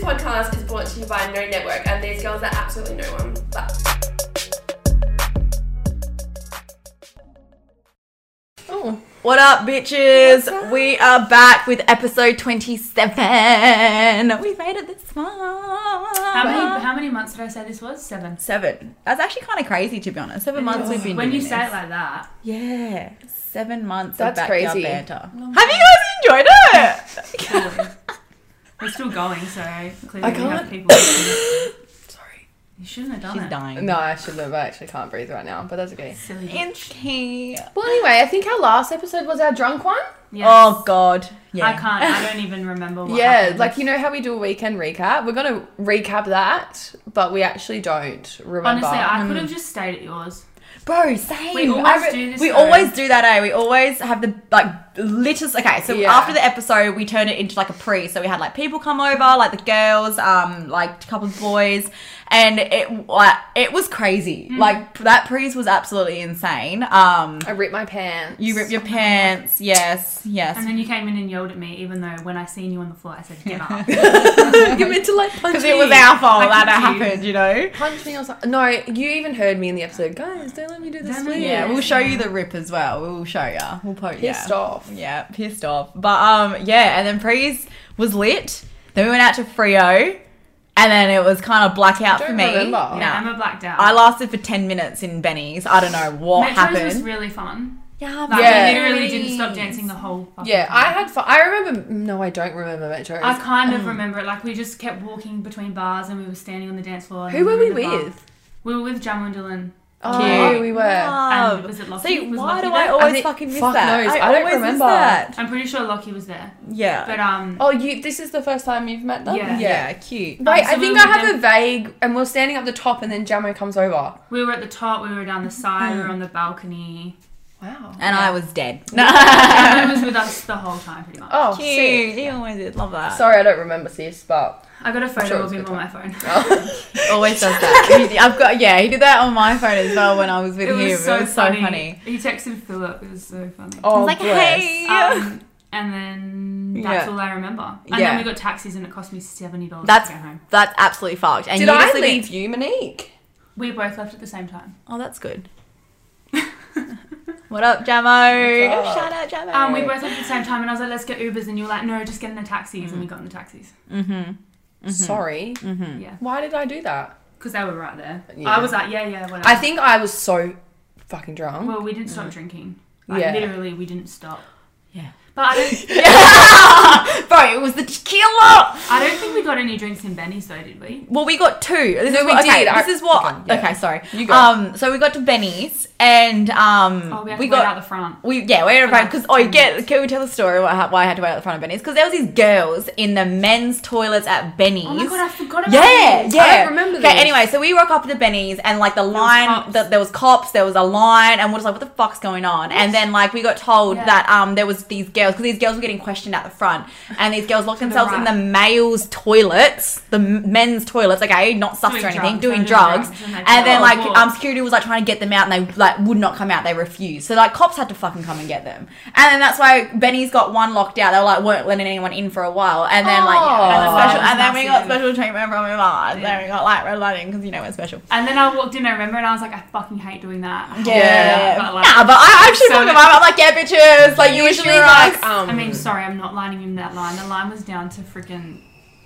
podcast is brought to you by No Network, and these girls are absolutely no one. But What up, bitches? We are back with episode 27. We made it this far. How many, how many months did I say this was? Seven. Seven. That's actually kind of crazy, to be honest. Seven months we've been When you doing say this. it like that, Yeah. Seven months That's of backyard crazy. banter. Have you guys enjoyed it? we're still going, so clearly I we have can't. people. Sorry. You shouldn't have done She's it. dying. No, I shouldn't have. I actually can't breathe right now, but that's okay. Silly. Inky. Well, anyway, I think our last episode was our drunk one. Yes. Oh, God. Yeah. I can't. I don't even remember what yeah, happened. like you know how we do a weekend recap? We're going to recap that, but we actually don't remember. Honestly, I could have just stayed at yours. Bro, same. We always I do this, We though. always do that, eh? We always have the like littest. Okay, so Yeah. after the episode, we turn it into like a pre. So we had like people come over, like the girls, um, like a couple of boys, and it like, it was crazy. Mm. Like that pre's was absolutely insane. Um, I ripped my pants. you rip your pants. Yes, yes. And then you came in and yelled at me, even though when I seen you on the floor, I said, get up. You're meant to like punch Because me. it was our fault I that it confused. happened, you know. punch me or something. No, you even heard me in the episode. Guys, don't let me do this. Don't to let you." me- Yeah, Yeah. we'll show you the rip as well. We'll show you. We'll post. Pissed yeah. off. Yeah, pissed off. But um, yeah, and then Prees was lit. Then we went out to Frio, and then it was kind of blackout Don't for me. remember. Nah. Yeah, Emma blacked out. I lasted for ten minutes in Benny's. I don't know what Metro's happened. was really fun. yeah, Like, Yeah. I literally didn't stop dancing the whole fucking Yeah, I time. had fun. I remember. No, I don't remember Metro. I kind um, of remember it. Like, we just kept walking between bars and we were standing on the dance floor. and Who then were we in the bar. with? We were with Jamal and Dylan. Oh, we were. And was it Lockie? See, Was why Lockie do there? I I always think- fucking miss fuck that? knows. I don't always miss remember. that. I'm pretty sure Lockie was there. Yeah. But, um, Oh, you. This is the first time you've met them. Yeah. yeah, cute. Wait, Um, I think so we I were have down- a vague, and we're standing up the top, and then Jamo comes over. We were at the top, we were down the side, we were on the balcony. Wow. And I was dead. Emma was with us the whole time, pretty much. Oh, sick. cute. You always did. Love that. Sorry, I don't remember sis, but I got a photo sure it of was him good on my phone. Always does that. He- I've got yeah. He did that on my phone as well when I was with It him. was so it was funny. so funny. He texted Philip, it was so funny. oh, I was like, bless. hey. Um, and then that's Yeah. all I remember. And Yeah. then we got taxis and it cost me $70 That's to go home. that's absolutely fucked. And Did you I just leave you, Monique? We both left at the same time. Oh, that's good. what up, Jamo? What's up? Shout out, Jamo. Um, we both left at the same time and I was like, let's get Ubers. And you were like, no, just get in the taxis. And we Mm. got in the taxis. Mm-hmm. Sorry. Hmm. Yeah. Why did I do that? Because they were right there. Yeah. I was like, yeah, yeah, whatever. I think I was so fucking drunk. Well, we didn't stop drinking. Like, Yeah. literally, we didn't stop. Mm. Yeah. But I don't, Bro, it was the tequila. I don't think we got any drinks in Benny's though, did we? Well, we got two. This No, is we what, okay, did. I- This is what. okay, Okay, yeah. sorry. You go. Um, so we got to Benny's and um, Oh, we had we to wait got out the front. We yeah, we had a For friend like because oh, 10 get can we tell the story why, why I had to wait at the front of Benny's? Because there was these girls in the men's toilets at Benny's. Oh my god, I forgot about yeah, this. yeah. I don't remember Okay, this. anyway, so we rock up to Benny's and like the line, cops. that there was cops, there was a line, and we're just like, what the fuck's going on? And then like we got told Yeah. that um there was these girls because these girls were getting questioned at the front, and these girls locked the themselves in right. the males' toilets, the m- men's toilets, okay, not sus Doing or anything, drugs, doing doing drugs, drugs, and, and they- then Oh, like God. um security was like trying to get them out, and they like would not come out, they refused. So like cops had to fucking come and get them, and then that's why Benny's got one locked out. They were like weren't letting anyone in for a while, and then like yeah, and, Oh. the special, That and was then we got massive. special treatment from him, ah, and then Yeah. we got like red lighting because you know we're special. And then I walked in, I remember, and I was like, I fucking hate doing that. I hate Yeah. doing that, But like, nah, but I actually so fucking many- love it. I'm like, yeah, bitches. Like, you Usually, usually like, like, um, I mean, sorry, I'm not lining in that line. The line was down to freaking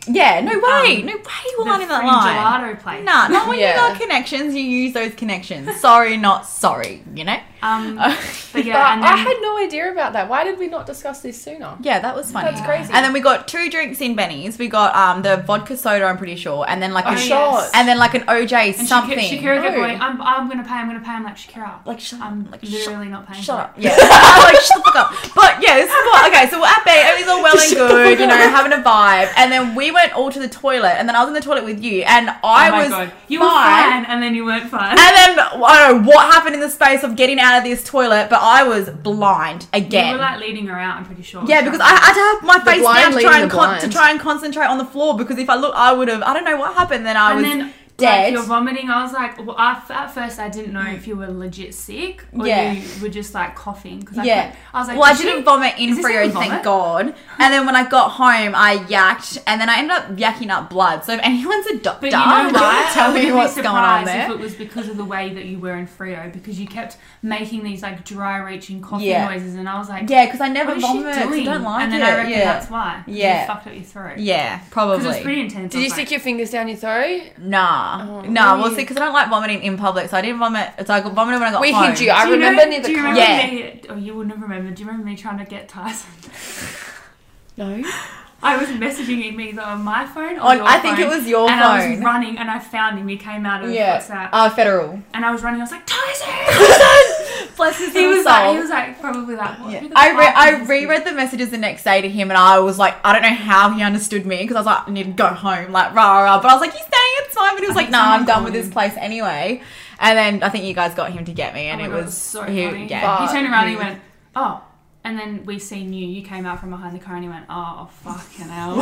yeah, no way, um, no way you the were lining that free line. gelato place. Nah, not when Yeah. you got connections, you use those connections. Sorry, not sorry, you know? Um, but But yeah, and then, I had no idea about that. Why did we not discuss this sooner? Yeah, that was funny. That's crazy. And then we got two drinks in Benny's. We got um the vodka soda, I'm pretty sure, and then like A a Oh, yes. shot. Oh, and then like an OJ and something. Shakira, Shakira kept No. going, I'm, I'm gonna pay, I'm gonna pay. I'm like, Shakira, Like, shut up, I'm like, literally not paying. Shut for up. Yeah. I'm like, shut the fuck up. But yeah, this is what, okay, so we're at bay, everything's all well and Shut the fuck good, you know, up. having a vibe. And then we went all to the toilet, and then I was in the toilet with you, and It. I oh my was god, you were fine. fine, and then you weren't fine. And then I don't know what happened in the space of getting out of this toilet, but I was blind You again. were like leading her out. I'm pretty sure. yeah, because I had to have my face blind down to leading try, and the con- to blind. try and concentrate on the floor because if I look, I would have. I don't know what happened. Then I And was then dead. Like you're vomiting. I was like, well, I, at first I didn't know if you were legit sick or Yeah. you were just like coughing. Cause I, Yeah. couldn't- I was like, well, I "Is she- didn't vomit in is this Frio, even thank vomit?" God. And then when I got home, I yacked, and then I ended up yacking up blood. So if anyone's a doctor, But you know why? tell I me wouldn't what's be going on surprised there. If it was because of the way that you were in Frio, because you kept making these like dry-reaching coughing Yeah. noises, and I was like, yeah, because I never what is she vomit. 'cause I doing? don't like and then it. I reckon yeah. that's why. Yeah. you fucked up your throat. yeah, because probably. it was pretty intense. Did I you was stick like, your fingers down your throat? Nah, Oh, nah. Well, really? see, because I don't like vomiting in public, so I didn't vomit. So I got vomited when I got We home. hid you. I do you remember near remember? the Do you remember car. Yeah. me? Oh, you wouldn't have remembered. Do you remember me trying to get Tyson? No. I was messaging him either on my phone or On- your I think it phone, was your and I was phone. running, and I found him. He came out of Yeah. WhatsApp, Uh, federal. and I was running. I was like, Tyson. Bless his he little was soul. like, he was like, probably like, what? Yeah. who the I, re- fuck I is this kid? reread the messages the next day to him and I was like, I don't know how he understood me because I was like, I need to go home, like, rah, rah. But I was like, you staying at time? And he was like, think nah, I'm someone done with called this him. place anyway. And then I think you guys got him to get me and Oh it my God, was so he- funny. Yeah. Fuck. He turned around and he me. went, oh. And then we seen you. You came out from behind the car and he went, oh fucking hell.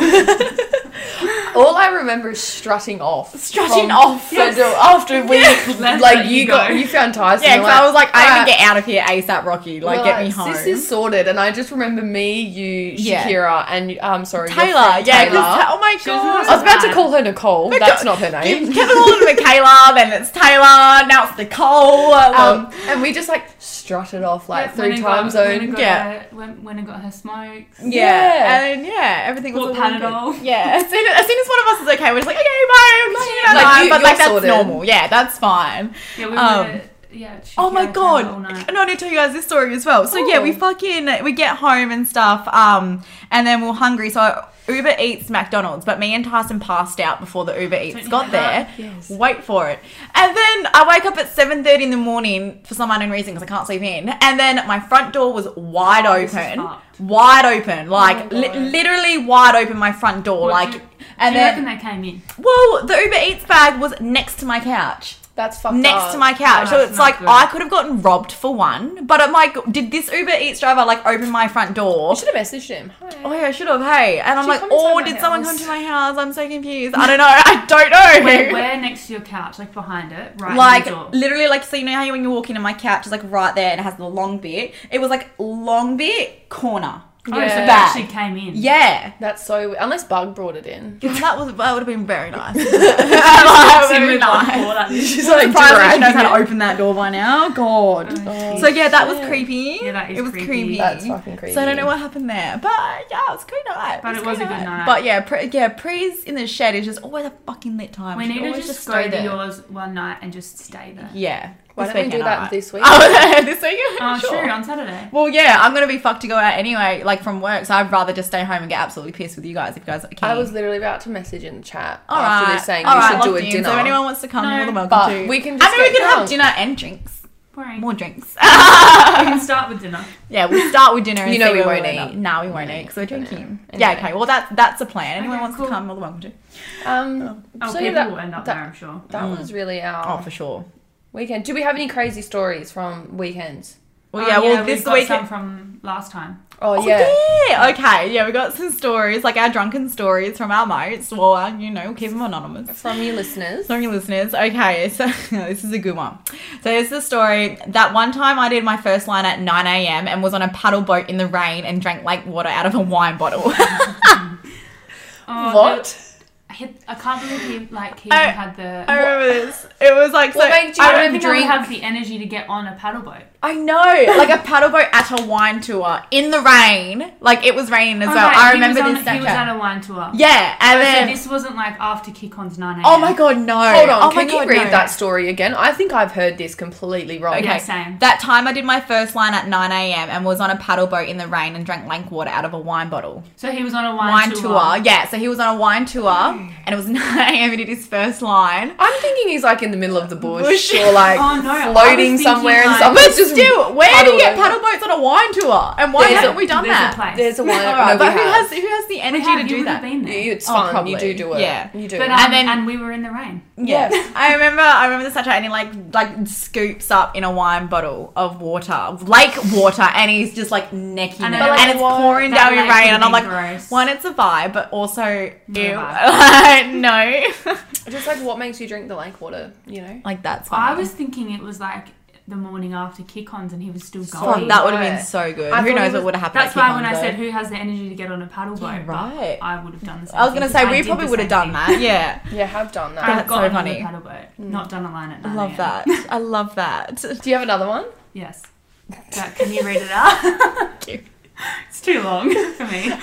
All I remember is strutting off. Strutting from off. Federal- After we, Let's like let you you got, go. you found Tyson. Yeah, you're because I was like, I need "Alright." to get out of here ASAP, Rocky. Like, We're get me home. This is sorted, and I just remember me, you, Yeah. Shakira, and and um, sorry, your Taylor. friend Yeah, 'cause Taylor. Ta- oh my She was God. really I was about to Right. call her Nicole. But That's go- not her name. Kept all of Michaela, then it's Taylor, now it's Nicole. Um, Um, and we just like strutted off like When three time I got- when I zone. got Yeah. her- When when I got her smokes. yeah. yeah. and then, yeah, everything was Bought all really good. Panadol. Yeah, as soon as, as soon as one of us is okay, we're just like, okay, bye, I'm just gonna Like, die. you- but you're like that's sorted. normal. Yeah, that's fine. Yeah, we Um, were. Yeah. she Oh my carried her all god! night. And I want to tell you guys this story as well. So yeah, we Oh. fucking we get home and stuff, um, and then we're hungry. So I Uber Eats McDonald's, but me and Tyson passed out before the Uber Eats you got hate there. that? Yes. Wait for it, and then I wake up at seven thirty in the morning for some unknown reason because I can't sleep in. And then my front door was wide Oh, this is open, fucked. Oh wide open, like my li- God. literally wide open. My front door, What, like, do you- and do you then reckon they came in? well, the Uber Eats bag was next to my couch. That's fucked Next up. to my couch. so that's it's not like good. I could have gotten robbed for one, but I'm like, did this Uber Eats driver like open my front door? I should have messaged him. Hi. Oh yeah, I should have. Hey, and I'm She like, come inside oh, my did someone come house. to my house? I'm so confused. I don't know. I don't know. Where, where next to your couch, like behind it, right? like in the door. literally, like so you know how when you walk in and my couch is like right there and it has the long bit. It was like long bit corner. Oh, so Yeah. they Back. actually came in. Yeah, That's so. weird. Unless Bug brought it in. Yeah, that was that would have been very nice. that would Sitting have been with like nice. four, like- She's like Surprised that she dragging knows how it. to open that door by now. God. Oh, So yeah, that was shit. creepy. Yeah, that is it was creepy. creepy. That's fucking creepy. So I don't know what happened there, but yeah, it was a good night. But it was a good night. But yeah, pre- yeah, pre's in the shed is just always a fucking lit time. We She need to always just, stay go to there. yours one night and just stay there. Yeah. Why this don't we do weekend, that alright. this week? Oh, this weekend. Oh, sure. true. On Saturday. Well, yeah, I'm gonna be fucked to go out anyway, like from work. So I'd rather just stay home and get absolutely pissed with you guys if you guys are keen. I was literally about to message in the chat all after right, this saying all we right, should do a locked in. dinner. So if anyone wants to come, No, you're more than welcome but to. we can I just mean, we get can have drunk. dinner and drinks. Boring. More drinks. We can start with dinner. Yeah, we'll start with dinner. And You see know we where won't end up. eat. Nah, we won't No, eat because we're but no. drinking. Yeah, Anyway. okay. Well, that's that's a plan. Anyone Okay, wants cool. to come, more than welcome to. Um, Oh, so yeah, people that, will end up that- there, I'm sure. that was really Oh, our for sure. weekend. Do we have any crazy stories from weekends? Well, Oh, yeah. Well, we this got week. some from last time. Oh, Oh, yeah. yeah. Okay. Yeah, we got some stories, like our drunken stories from our mates. Well, uh, you know, keep them anonymous. From you listeners. Sorry, listeners. Okay, so this is a good one. So here's the story. That one time I did my first line at 9 a.m. and was on a paddle boat in the rain and drank lake water out of a wine bottle. Oh, what? the- I, hit, I can't believe he like he I- had the. I remember this. It was like What so. made you I I don't remember think I would drink. have the energy to get on a paddle boat. I know, like a paddle boat at a wine tour in the rain. Like it was raining as Oh, well. right, I he was remember this on- He was Snapchat. at a wine tour. Yeah, and So then this wasn't like after kick on's 9 a.m. oh my god, no! Hold on, oh my can you God, read no. that story again? I think I've heard this completely wrong. Okay, Yeah, same. That time I did my first line at 9 a.m. and was on a paddle boat in the rain and drank lank water out of a wine bottle. So he was on a wine, Wine tour. tour, yeah. So he was on a wine tour, and it was 9 a.m. He did his first line. I'm thinking he's like in the middle of the bush, Bush. or like Oh, no, I was floating thinking, somewhere and like, someone's just still, where do paddled you get over. paddle boats on a wine tour? And why There's a- haven't we done there's a that? place. There's a All one. right, no, but we who have. has who has the We energy have, to you do would that? have been there. You- It's Oh, fun. probably. You do do it. Yeah. You do. but, um, it. And and then- we were in the rain. Yeah. Yes. I remember I remember the satire and he like like scoops up in a wine bottle of water, lake water, and he's just like necking And it then, like, and it's what- pouring that down your lake rain would and I'm be like gross. one, it's a vibe, but also Not a ew. no. Just like what makes you drink the lake water, you know? like that's I fine. was thinking it was like the morning after kick-ons and he was still Fuck, going. that would have right. been so good. I Who thought knows it what was- would have happened? That's at why when I Kickon, said though. who has the energy to get on a paddle boat, Yeah, but right. I would have done the same. "Oh, I was gonna thing, 'cause say we did probably the would have same done thing. that. Yeah. Yeah, have done that. That's I've so gotten on funny. the paddle boat, not done a line at night. I love that. I love that. Do you have another one? Yes. Jack, can you read it out? it's too long for me.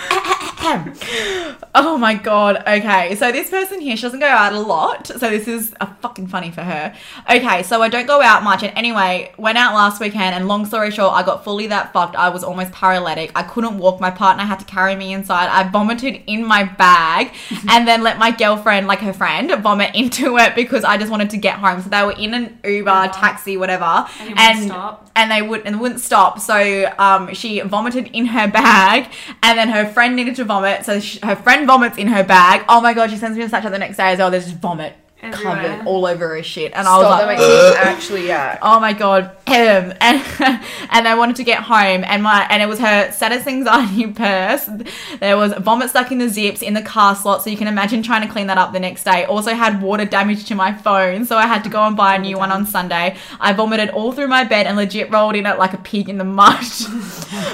Oh my god. Okay. So this person here, she doesn't go out a lot. So this is a fucking funny for her. Okay. So I don't go out much. And anyway, went out last weekend. And long story short, I got fully that fucked. I was almost paralytic. I couldn't walk. My partner had to carry me inside. I vomited in my bag, and then let my girlfriend, like her friend, vomit into it because I just wanted to get home. So they were in an Uber, taxi, whatever, And you wouldn't stop. and they would and wouldn't stop. So um, she vomited in her bag, and then her friend needed to vomit. So she, her friend vomits in her bag. Oh my god! She sends me a Snapchat the next day as well. There's just vomit Everywhere. covered all over her shit, and I Stop, that was like. makes me actually yeah. Oh my god, and and I wanted to get home, and my and it was her saddest anxiety purse. There was vomit stuck in the zips in the car slot, so you can imagine trying to clean that up the next day. Also had water damage to my phone, so I had to go and buy a new one on Sunday. I vomited all through my bed and legit rolled in it like a pig in the mud.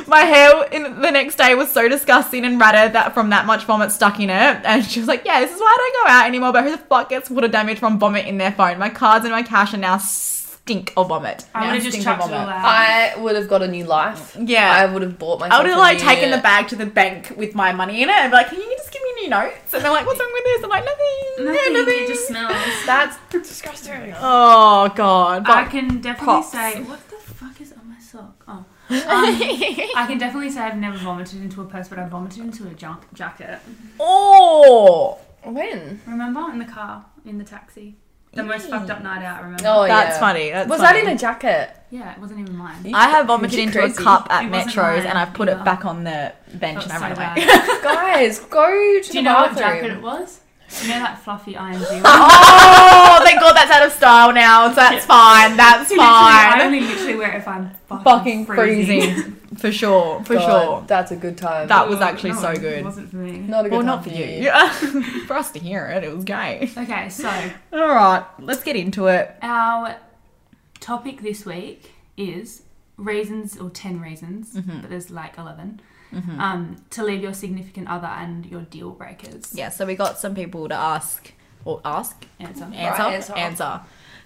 my hair in the next day was so disgusting and ratted that from that much vomit stuck in it. And she was like, "Yeah, this is why I don't go out anymore." But who the fuck gets water damage from vomit in their phone? My cards and my cash are now stink of vomit. I Now would have just stink of chucked it all vomit. out. I would have got a new life. Yeah. I would have bought myself. I would have a like new- taken the bag to the bank with my money in it and be like, "Can you just give me new notes?" And they're like, "What's wrong with this?" I'm like, "Nothing, Nothing, nothing." it just smells. That's disgusting. oh god, I but can definitely Pops. say, what the fuck is on my sock? Oh. Um, I can definitely say I've never vomited into a purse, but I vomited into a junk jacket. oh, When? Remember? In the car, in the taxi. The most fucked up night out, remember? Oh that's yeah. funny. That's Was funny. that in a jacket? Yeah, it wasn't even mine. I have vomited into a Crazy. cup at It wasn't Metros mine and I've put it either. back on the bench Felt and I ran so away. bad. Guys, go to Do you the know what jacket bathroom. it was? You know that fluffy IMG one? oh, thank God that's out of style now. So that's fine. That's Literally, I fine. only literally wear it if I'm fucking, Fucking freezing. freezing, for sure, for God, sure. That's a good time. That was actually No, so it good. wasn't for me. not a good Well, time not for you. Yeah. for us to hear it, it was great. Okay, so All right, let's get into it. our topic this week is reasons or 10 reasons, but there's like 11, um, to leave your significant other and your deal breakers. Yeah, so we got some people to ask or ask, Answer. answer, Right, answer, answer.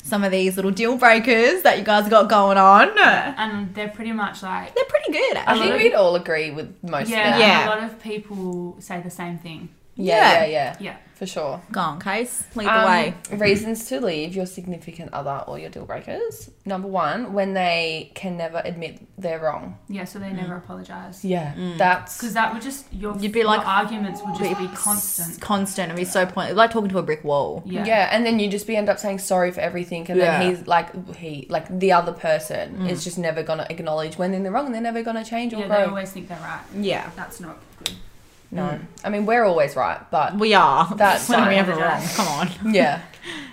some of these little deal breakers that you guys got going on. They're And they're pretty much like, pretty good, I actually. think we'd all agree with most yeah, of that. and Yeah. a lot of people say the same thing. Yeah, yeah, yeah, Yeah. for sure. Go on, Case. Lead the Um, way. Reasons to leave your significant other or your deal breakers. Number one, when they can never admit they're wrong. Yeah, so they never apologize. Yeah, that's Because that would just, your, You'd be your like, arguments would just be It's constant. Constant. It'd be so pointless. Like talking to a brick wall. yeah. Yeah. and then you just be end up saying sorry for everything, and Yeah. then he's like he like the other person is just never gonna acknowledge when they're wrong, and they're never gonna change or Yeah, they grow. always think they're right. Yeah. That's not good. no, I mean we're always right, but We are. That's when are we fine. ever wrong? Come on. yeah,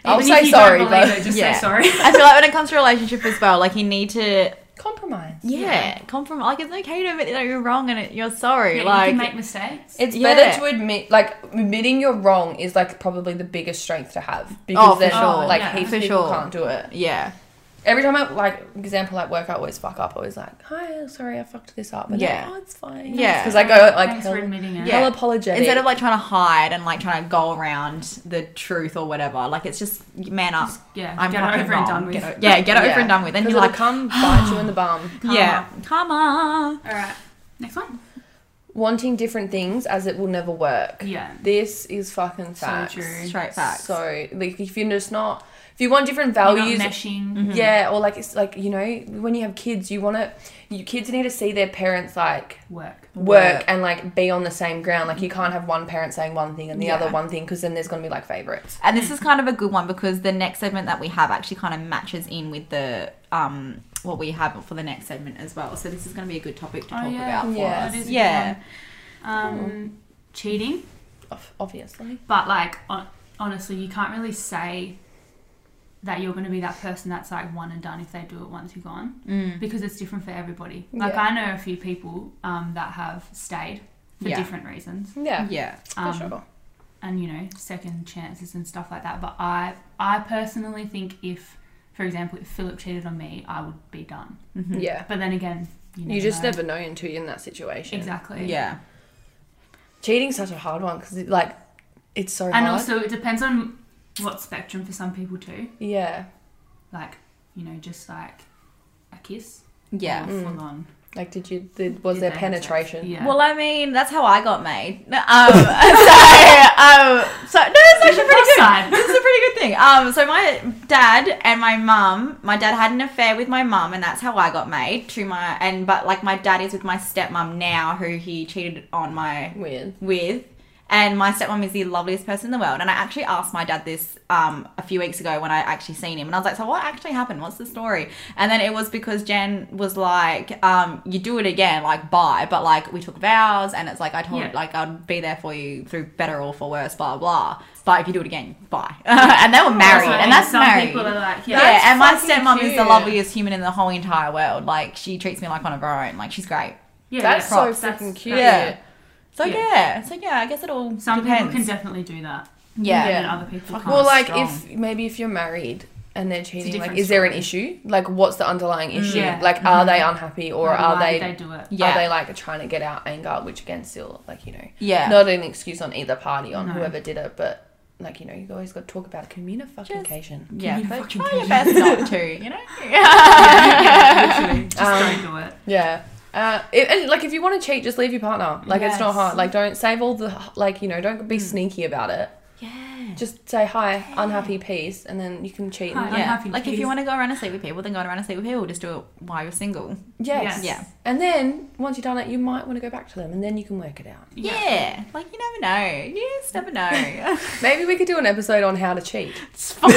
I'll Even say if you sorry, don't believe but it, just yeah. say sorry. I feel like when it comes to relationship as well, like you need to, compromise. yeah, compromise. Like it's okay to admit that you're wrong and it, you're sorry. Yeah, like you can make mistakes. It's Yeah. better to admit, like admitting you're wrong is like probably the biggest strength to have because Oh, for then sure. like Yeah. heaps For of people sure. can't do it. yeah, Every time I like example at work, I always fuck up. I always like, hi, sorry, I fucked this up. And yeah, Yeah. oh, it's fine. Yeah. because I go like Thanks hell, for admitting it. Yeah. hell apologetic instead of like trying to hide and like trying to go around the truth or whatever like it's just man up Yeah, i'm get it fucking over wrong. and done with. Get o- yeah get it over and done with and Because you're it'll like come bite you in the bum. yeah come on All right, next one. Wanting different things as it will never work. Yeah. This is fucking facts. true. straight facts So like if you're just not if you want different You're values not meshing. mm-hmm. Yeah, or like it's like you know when you have kids, you want to you kids need to see their parents like Work. work, Work. and like be on the same ground. Like you can't have one parent saying one thing and the Yeah. other one thing because then there's gonna be like favorites. and this is kind of a good one because the next segment that we have actually kind of matches in with the um what we have for the next segment as well. So this is going to be a good topic to Oh, talk yeah. about for Yeah. us. It is a good yeah. Um, cheating, Ob- Obviously. but like on- honestly, you can't really say that you're going to be that person that's like one and done if they do it once you're gone. Mm. because it's different for everybody. Like Yeah. I know a few people um, that have stayed for Yeah. different reasons, Yeah. Yeah. um, for sure. and you know second chances and stuff like that. But I I personally think if, for example, if Philip cheated on me, I would be done. Mhm. Yeah. But then again, you, You just know. never know until you're in that situation. exactly Yeah. Cheating's such a hard one because, like, it's so And hard. also it depends on what spectrum for some people too. yeah. Like you know just like a kiss, Yeah. or Mm. full on. Like, did you? Did, was Did there they have sex? penetration? Yeah. Well, I mean, that's how I got made. No, Um, so, um, so no, it's actually pretty plus good. side. This is a pretty good thing. Um, so my dad and my mum, my dad had an affair with my mum, and that's how I got made. To my and but like my dad is with my stepmom now, who he cheated on my Weird. with. And my stepmom is the loveliest person in the world. And I actually asked my dad this um, a few weeks ago when I actually seen him. And I was like, so what actually happened? What's the story? And then it was because Jen was like, um, you do it again, like, bye. But like, we took vows. And it's like, I told, Yeah. like, I'd be there for you through better or for worse, blah, blah. But if you do it again, bye. and they were married. Also, and that's some married. people are like Yeah, yeah. and my fucking stepmom is the cute. loveliest human in the whole entire world. Like, she treats me like one of her own. Like, she's great. yeah That's yeah, so props, that's- freaking cute. Yeah. So Yeah. yeah. so yeah, I guess it all Some depends. people can definitely do that. yeah. Yeah. And other people can't. Well, like, strong. if maybe if you're married and they're cheating, like, different is there an story. Mm. issue? Like, what's the underlying issue? Yeah. Like, are they unhappy or Maybe are why they? did they do it? Yeah. Are they like trying to get out anger, which again, still like you know, Yeah. not an excuse on either party on No. whoever did it, but like you know, you always got to talk about communication. yeah, Give me a but fucking try your cookie. best not to, you know? yeah, yeah, literally. Just Um, don't do it. Yeah. Uh, it, and like if you want to cheat, just leave your partner. Like it's not Yes. Mm. hard. Like don't save all the like you know. Don't be sneaky about it. Yeah. Just say hi, unhappy peace, and then you can cheat. Hi. And, Yeah. Unhappy like if days. you want to go around and sleep with people, then go around and sleep with people. Just do it while you're single. yes. Yes. Yeah. And then once you've done it, you might want to go back to them, and then you can work it out. Yeah. Like you never know. You just never know. Maybe we could do an episode on how to cheat. it's fun.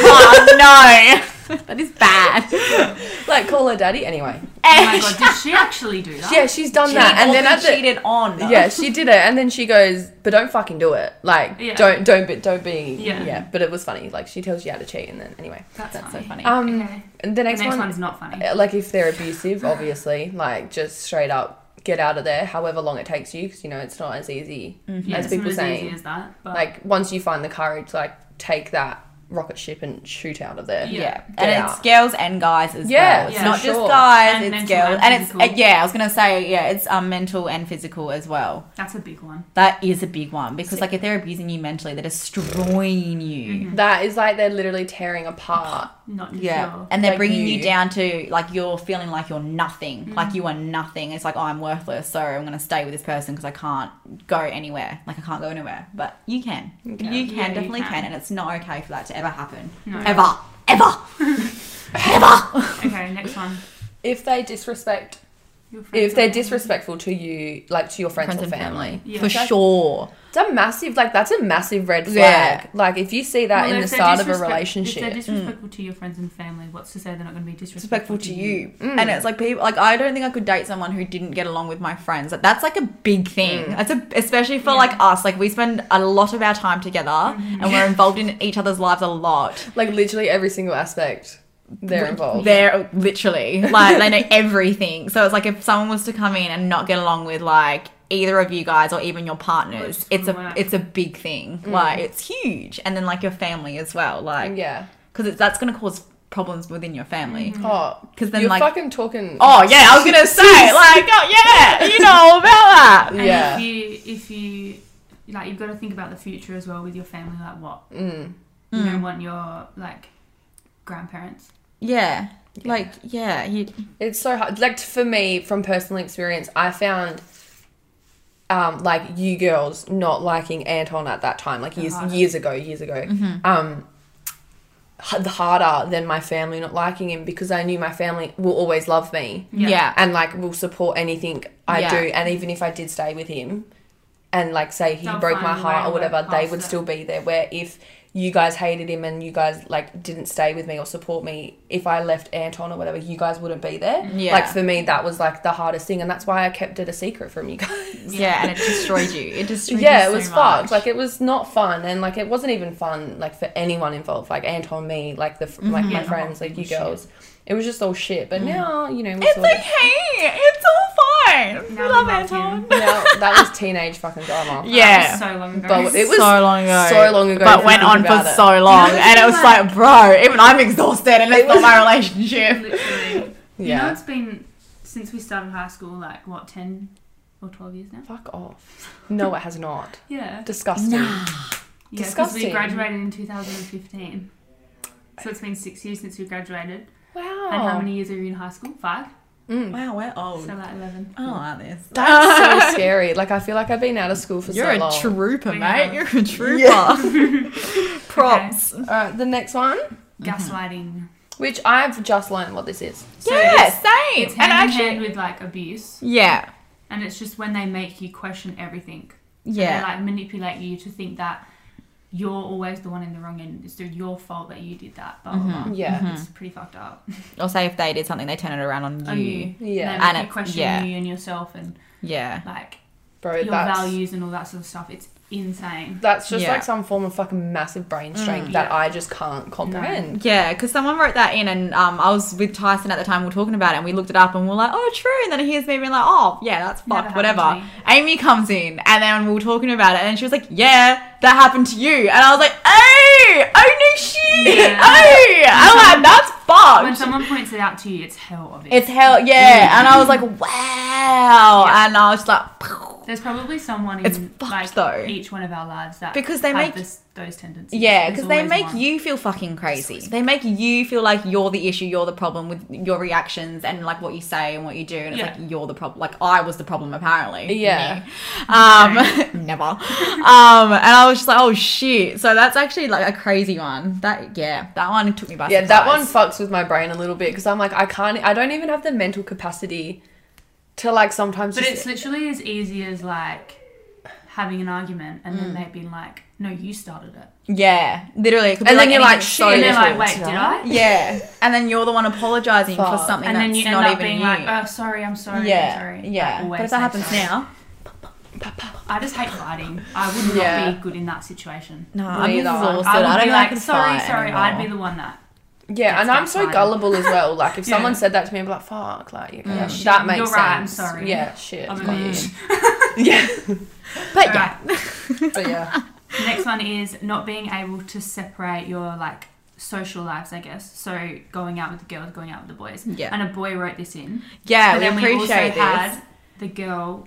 no. that is bad. Like call her daddy. Anyway. Oh my god, did she actually do that? Yeah, she's done She that, and then at the cheated on. yeah, she did it, and then she goes, "But don't fucking do it. Like, Yeah. don't, don't, be, don't be, yeah. Yeah. But it was funny. Like, she tells you how to cheat, and then anyway, That's, That's so funny. funny. um, Okay. and the The next, next one, one's not funny. uh, like, if they're abusive, obviously, like, just straight up get out of there. However long it takes you, because you know it's not as easy Yeah, as it's people not as saying. easy as that. But Like, once you find the courage, like, take that rocket ship and shoot out of there. Yeah. yeah, Get and out. it's girls and guys as Yeah, well. It's yeah, not for just sure. guys; And it's mental girls, and and it's uh, physical. yeah. I was gonna say yeah, it's um, mental and physical as well. that's a big one. That is a big one because like if they're abusing you mentally, they're destroying you. Mm-hmm. That is like they're literally tearing apart. Not Yeah, sure. and they're Like bringing you. you. down to like you're feeling like you're nothing, Mm-hmm. like you are nothing. It's like oh, I'm worthless, so I'm gonna stay with this person because I can't go anywhere. Like I can't go anywhere, but you can, you can, Yeah, you definitely can. can. and it's not okay for that to ever happen, No. ever, ever, ever. Okay, next one. If they disrespect, Your friend. if they're disrespectful to you, like to your friends, or family. Yeah. for That's- sure. It's a massive, like that's a massive red flag. Yeah. Like if you see that Well, in the if they're start of a disrespect- relationship, Mm. If they're disrespectful to your friends and family, what's to say they're not going to be disrespectful, disrespectful to you. Mm. And it's like people like I don't think I could date someone who didn't get along with my friends. Like, That's like a big thing. Mm. That's a especially for like us. Like we spend a lot of our time together Mm-hmm. and we're involved in each other's lives a lot. like literally every single aspect, they're involved. They're literally like they know everything. So it's like if someone was to come in and not get along with like either of you guys or even your partners, just it's a wouldn't work. it's a big thing. Like it's huge. And then like your family as well. Like Mm. yeah. because that's gonna cause problems within your family. Oh, 'Cause then, you're like- fucking talking. Oh yeah, I was gonna say like oh yeah, you know all about that. And yeah, If you, if you, like, you've got to think about the future as well with your family. Like, what mm. you don't want your like grandparents. Yeah, like yeah, you, it's so hard. Like for me, from personal experience, I found. Um, like you girls not liking Anton at that time, like years hardest. years ago, years ago, Mm-hmm. um, h- harder than my family not liking him because I knew my family will always love me. yeah, yeah, and like will support anything I Yeah. do. And even if I did stay with him and like say he They'll broke find my a way heart to or work whatever, they past would it. still be there. Where if you guys hated him and you guys like didn't stay with me or support me if i left anton or whatever you guys wouldn't be there Yeah. like for me that was like the hardest thing and that's why i kept it a secret from you guys Yeah, and it destroyed you. It destroyed you yeah it so was much. fucked like it was not fun and like it wasn't even fun like for anyone involved like anton me like the fr like Yeah, my Mm-hmm. the friends whole like thing you was shit. girls it was just all shit but now you know we Oh, Mm. it's sort of- okay. It's all fine. Now we we love love him. Anton. now, that was teenage fucking drama Yeah. so long ago. But it was so long ago. so long ago if But you went think on for about it. so long. Yeah, and it was it's like, bro, even I'm exhausted and it's not was- my relationship. Literally. You know, yeah it's been since we started high school, like what, ten or twelve years now? fuck off no it has not Yeah. disgusting Yeah, because we Disgusting. graduated in 2015. So it's been six years since we graduated. wow And how many years are you in high school? Five? Mm. Wow, we're old. So like 11. I don't like this. That's so scary. Like I feel like I've been out of school for You're so a long. trooper, Yeah. mate. You're a trooper. Props. All right, the next one, Gaslighting. which I've just learned what this is. So yeah, it's- same. It's and hand actually, in hand with like abuse. yeah, And it's just when they make you question everything. They yeah, like manipulate you to think that you're always the one in the wrong and it's your fault that you did that. Blah, blah, blah. Yeah. It's pretty fucked up. or say if they did something, they turn it around on you. On you. Yeah. And they And make you it- question Mm. yeah. you and yourself and Yeah, like Bro, your that's values and all that sort of stuff. It's insane. that's just Yeah. Mm. like some form of fucking massive brain strain that I just can't comprehend. yeah. Because someone wrote that in, and um, I was with Tyson at the time. We were talking about it, and we looked it up, and we are like, "Oh, true." And then he hears me being like, "Oh, yeah, that's Never fucked." happened Whatever. to me. Amy comes in, and then we were talking about it, and she was like, "Yeah, that happened to you," and I was like, "Oh, oh no, shit, Yeah. oh, I'm like, someone- that's fucked." When someone points it out to you, it's hell obvious. It's hell, yeah. And I was like, wow. Yeah. And I was like, There's probably someone in It's fucked, like though. each one of our lives that Because they have make- this, those tendencies. yeah, There's because they always make one. you feel fucking crazy. They make you feel like you're the issue, you're the problem with your reactions and like what you say and what you do. And it's Yeah. like you're the problem. Like I was the problem apparently. Yeah. Me. Um, never. Um, and I was just like, oh shit. So that's actually like a crazy one. That yeah, that one took me by Yeah, that one surprise. fucks with my brain a little bit because I'm like I can't. I don't even have the mental capacity to like sometimes. But just- it's literally as easy as like having an argument and Mm. then they've been like, "No, you started it," Yeah, literally. It could be, and then you're like, anything. shit. and they're little, like, "Wait, you did know? I?" Yeah, and then you're the one apologizing for Fuck. something And then that's you end not up even being you. like, "Oh, sorry, I'm sorry, I'm sorry." Like, always but if that say happens sorry. now, I just hate fighting. I would not Yeah. be good in that situation. no, Me I'm either. exhausted. I I, would don't know. be if I like, can "Sorry, fight sorry," anymore. I'd be the one that. Yeah, That's and I'm not so fine. gullible as well. Like if someone Yeah. said that to me, I'd be like, "Fuck!" Like yeah, Yeah, shit, shit, that makes you're sense. right, I'm sorry. Yeah, shit. I'm a fuck bitch. you. yeah, But All yeah, right. but yeah, Next one is not being able to separate your like social lives, I guess. So going out with the girls, going out with the boys. Yeah. And a boy wrote this in. yeah, we appreciate this. had the girl.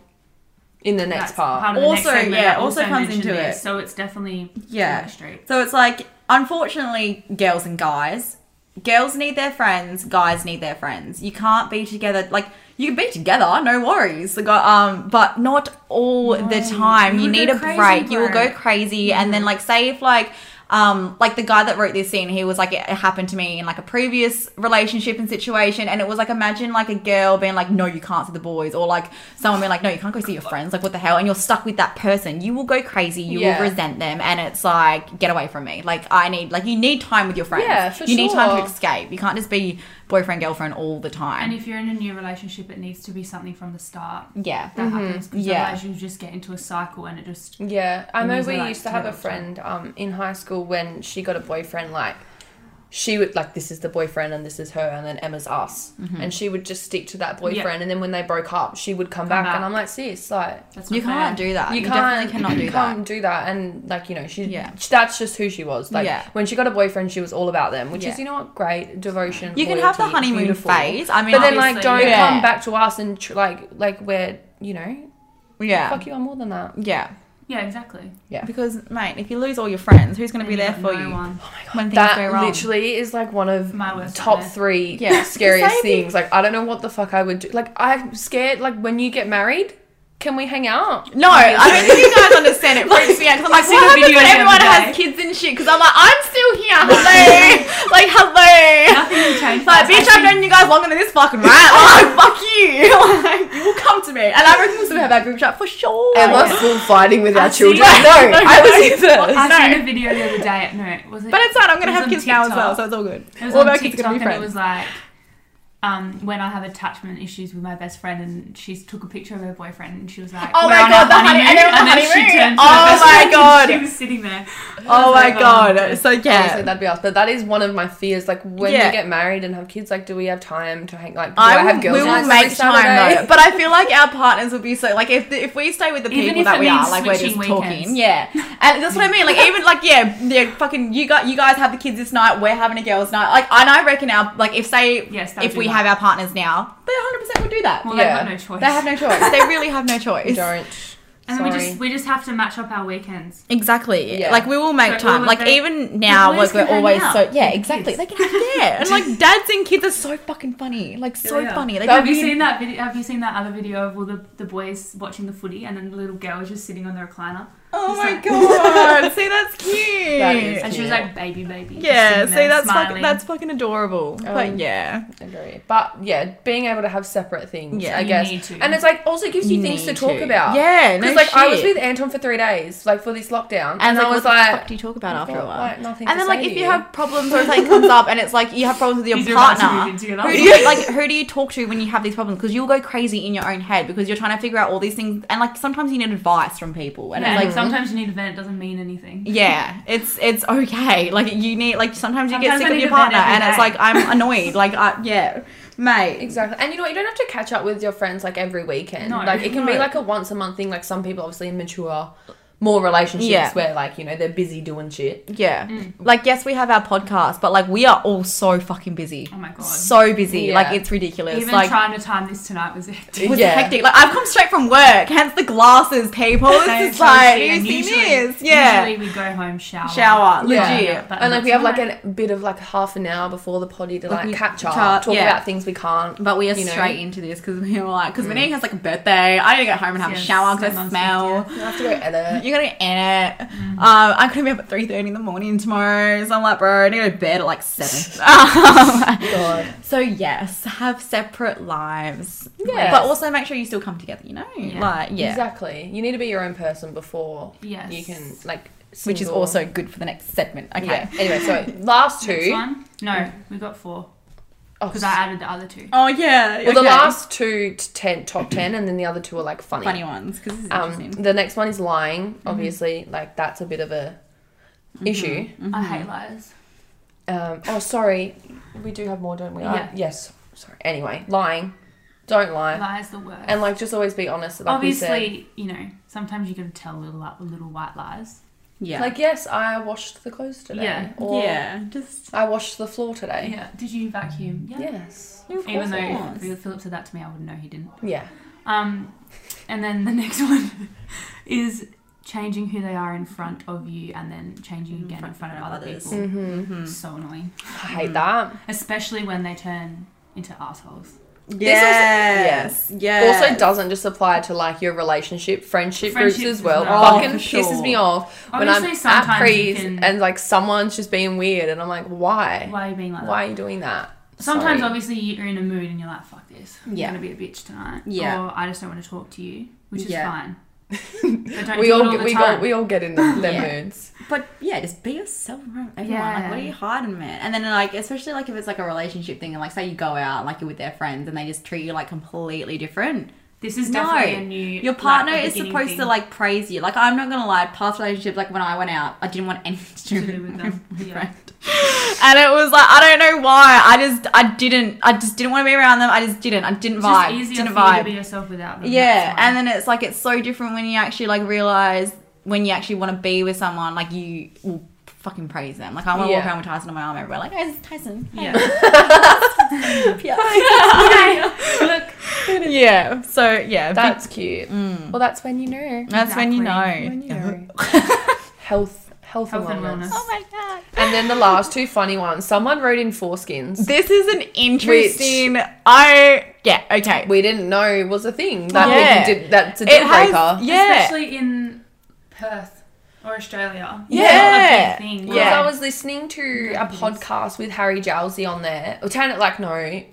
in the next that's part. part of the Also, next segment yeah, that also comes mentioned into this, it. So it's definitely Yeah. straight. So it's like, unfortunately, girls and guys, girls need their friends, guys need their friends. You can't be together. Like you can be together, no worries. The guy- um, but not all the time. You, You would need go a crazy, break. You will bro. go crazy, and then like say if like. Um, like the guy that wrote this scene, he was like, it happened to me in like a previous relationship and situation, and it was like, imagine like a girl being like, no, you can't see the boys, or like someone being like, no, you can't go see your friends, like what the hell, and you're stuck with that person. You will go crazy. You Yeah. will resent resent them and it's like get away from me like i need like you need time with your friends Yeah, for you need time to sure. escape you can't just be boyfriend girlfriend all the time And if you're in a new relationship, it needs to be something from the start yeah Mm-hmm. Mm-hmm. that happens. Because Yeah. otherwise, you just get into a cycle and it just. Yeah, I And know these are, we like, used to have a total friend um in high school when she got a boyfriend. Like she would like this is the boyfriend and this is her and then Emma's us, Mm-hmm. and she would just stick to that boyfriend. And then when they broke up, she would come, back, back. and I'm like, sis, like. That's not you can't fair. do that You, you, can't, definitely cannot do that can't do that, and like you know, she Yeah. that's just who she was. Like Yeah. when she got a boyfriend, she was all about them, which Yeah. is you know what, great devotion. you can have the loyalty, honeymoon beautiful. phase i mean but then like Obviously, don't yeah. come back to us and tr- like like we're you know yeah Oh fuck you, I'm more than that. yeah Yeah, exactly. because mate if you lose all your friends who's going to be And there you've for got no you one. when things that go wrong literally is like one of My worst top nightmare. three Yeah. scariest Same. things. Like I don't know what the fuck I would do. Like I'm scared. Like when you get married, Can we hang out? No, I don't think you guys understand. It freaks me out. 'cause I'm like, I see what the happens video when the everyone other has day. kids and shit? Because I'm like, I'm still here. Hello, like hello. Nothing will change. Like, that. bitch, I've known you guys longer than this fucking rat. Like, fuck you. Like, you will come to me, and I reckon we'll still have our group chat for sure. Emma full fighting with our I see. children. No, No, I was in no. first. I seen a video the other day. No, was it? But it's not. I'm gonna have It was on kids now as well, TikTok. so it's all good. It was all on of our kids are TikTok gonna be and friends. it was like, um, when I have attachment issues with my best friend, and she took a picture of her boyfriend, and she was like, Oh "We're my on God, our the honey- and they're on and the then she honeymoon. turned to Oh her best my friend and God. she was sitting there. oh my like, god. So Honestly, yeah. that'd be us. But that is one of my fears. Like when Yeah. we get married and have kids, like do we have time to hang? Like do I, I have will, girls we will nights make every time Saturday? though, but I feel like our partners will be so like if the, if we stay with the Even people if that it we are, means like we're just switching talking, weekends. yeah, and that's what I mean. Like even like yeah, yeah, fucking you got you guys have the kids this night, we're having a girls' night. Like and I reckon our like if say Yes, that would if be we that. have our partners now, they 100 percent would do that. Well, Yeah. they've got no choice. they have no choice. they really have no choice. don't. and Sorry. we just we just have to match up our weekends. Exactly. Yeah. Like we will make So all time. of Like the- even now, like boys we're can hang always out so with yeah, the exactly. kids. They can yeah, and like dads and kids are so fucking funny. Like so Yeah. funny. They That can Have be you seen that video? Have you seen that other video of all the, the boys watching the footy and then the little girl was just sitting on the recliner Oh It's my like- god! See, that's cute. That is and she was like baby baby. just yeah. sitting See, there that's fucking, smiling. that's fucking adorable. but Um, yeah, Agree. But yeah, being able to have separate things, Yeah. I You guess. need to. And it's like also gives you things to Need talk about. Yeah, no Because like I was shit. with Anton for three days, like for this lockdown, and, and I was what like, the fuck do you talk about after a "Got, while? like, nothing and to then like say if to you have problems or something comes up and it's like you have problems with your These are about to move partner in together. who do you like who do you talk to when you have these problems because you'll go crazy in your own head because you're trying to figure out all these things and like sometimes you need advice from people and Yeah, it's like like sometimes you need a vent, it doesn't mean anything. yeah it's it's okay like you need like sometimes you get Sometimes sick I of need your a vent partner every and it's day. like i'm annoyed like I, yeah mate Exactly. And you know what? You don't have to catch up with your friends like every weekend. No, like it can be no. like a once a month thing. Like some people obviously in mature, more relationships Yeah. where like, you know, they're busy doing shit. Yeah. mm. Like, yes, we have our podcast, but like, we are all so fucking busy. Oh my god. So busy. Yeah. Like, it's ridiculous. Even like, trying to time this tonight was hectic. it was Yeah. hectic. Like, I've come straight from work, hence the glasses, people. So It's just Chelsea, like, and have you seen usually- this? Yeah. Usually we go home, shower. Shower. Yeah. Legit. Yeah, but- and like we have that's like alright. a bit of like half an hour before the potty to Like, like, we catch up, chat, talk yeah. about things we can't. But we are You know. straight into this because we were like, because Vinny has like a birthday. I need to get home and have a Mm. Yes, shower because I someone's smell. with You have to go edit. You're gonna end it. Mm. Um, I'm gonna be up at three thirty in the morning tomorrow, so I'm like, bro, I need to go to bed at like seven. Um, God. So yes, have separate lives. Yes. But also make sure you still come together, you know? Yeah. Like yeah. Exactly. You need to be your own person before Yes. you can like Which is single- also good for the next segment. Okay. Yeah. Anyway, so last Next two. one? No, Mm. we got four Oh, because I added the other two. Oh yeah. well, the last two t- ten, top ten, and then the other two are like funny ones because this is Um, interesting. the next one is lying. Obviously, like that's a bit of a issue. Mm-hmm. I hate lies. Um, oh, sorry, we do have more, don't we? I- Yeah. yes. Sorry. Anyway, lying. Don't lie, Lies the worst. and like just always be honest. Like we said. Obviously, you know, sometimes you can tell little li- little white lies. Yeah. Like yes, I washed the clothes today. Yeah. Or yeah. Just I washed the floor today. Yeah. Did you vacuum? Yeah. Yes. of Even though course. if Philip said that to me, I wouldn't know he didn't. Yeah. Um, and then the next one is changing who they are in front of you, and then changing again in front of other others. people. Hmm. So annoying, Mm-hmm. I hate that. especially when they turn into assholes. Yes. Yes. Also, doesn't just apply to like your relationship, friendship, Friendships groups as as well. well. Oh, Fucking for sure. pisses me off when Obviously, I'm at sometimes you prees can- and like someone's just being weird, and I'm like, why? Why are you being like Why that? are you doing that? Sometimes, Sorry. obviously, you're in a mood and you're like, "Fuck this, I'm Yeah. gonna be a bitch tonight," Yeah. or "I just don't want to talk to you," which is Yeah. fine. But don't we do it all, all get, the we, time. go, we all get in them, them Yeah. moods. But yeah, just be yourself around everyone. Like, Yeah. what are you hiding, man? And then, like, especially like if it's like a relationship thing, and like, say you go out, like, you're with their friends, and they just treat you like completely different. This is No, definitely a new. your partner like, a is beginning supposed to thing like praise you. Like, I'm not gonna lie, past relationships, like when I went out, I didn't want anything to do with them. Yeah. and it was like I don't know why. I just I didn't I just didn't want to be around them. I just didn't. I didn't It's vibe. just easier for didn't you vibe. to be yourself without them. Yeah, that's fine. and then it's like it's so different when you actually like realize when you actually want to be with someone, like you will fucking praise them. Like I want to walk Yeah. around with Tyson on my arm everywhere, like, "Hey, this is Tyson." yeah. Look, yeah. So yeah, be- Mm. That's cute. Well, that's when you know. that's when you know. Exactly. When you know. health, Health, Health and and wellness. wellness. Oh my god. And then the last two funny ones. Someone wrote in foreskins. This is an interesting. I yeah okay. We didn't know was a thing. That Yeah. we did, that's a It deal has- breaker. yeah. Especially in Perth or Australia. Yeah. It's not a big thing. Because Yeah. I was listening to a podcast with Harry Jowsey on there. Or Tanner, like, no.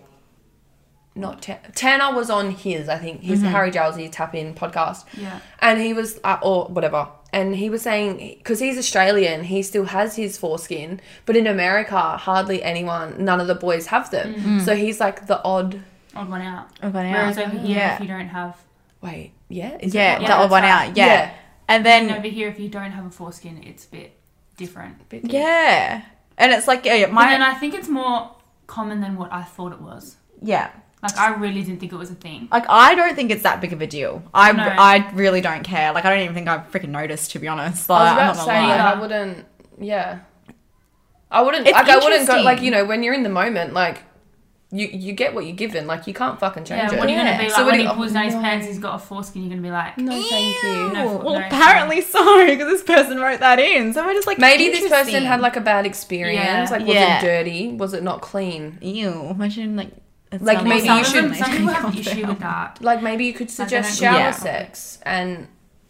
Not Tan Tanner was on his, I think. His Mm-hmm. Harry Jowsey tap in podcast. Yeah. And he was, uh, or whatever. And he was saying, because he's Australian, he still has his foreskin. But in America, hardly anyone, none of the boys have them. Mm-hmm. So he's like the odd, Odd one out. Odd one out. Whereas over here, Yeah. if you don't have, wait, yeah? Is it Yeah, that that one? odd one that's right. out. Yeah. Yeah. and then over here, if you don't have a foreskin, it's a bit different. Bit different. yeah, and it's like yeah, yeah, But my then I think it's more common than what I thought it was. yeah. Like I really didn't think it was a thing. Like I don't think it's that big of a deal. I No. I really don't care. Like I don't even think I freaking noticed to be honest. Like, I was I'm about not to say, gonna lie. like, lie. I wouldn't, yeah. I wouldn't, It's like, I wouldn't go, like, interesting. you know, when you're in the moment, like, you you get what you're given. Like, you can't fucking change Yeah, what are it. you gonna Yeah. Oh, be like So what when do he you- pulls down his no. pants? He's got a foreskin. You're gonna be like, No, thank you. No, well, no, apparently so because this person wrote that in. So we're just like Maybe this person interesting. had, like, a bad experience. Yeah. Like, was Yeah. it dirty? Was it not clean? ew. Imagine like it's Like, not maybe like some you of should- them, some people have Yeah. issue with that. Like, maybe you could Like, they suggest don't- shower Yeah. sex and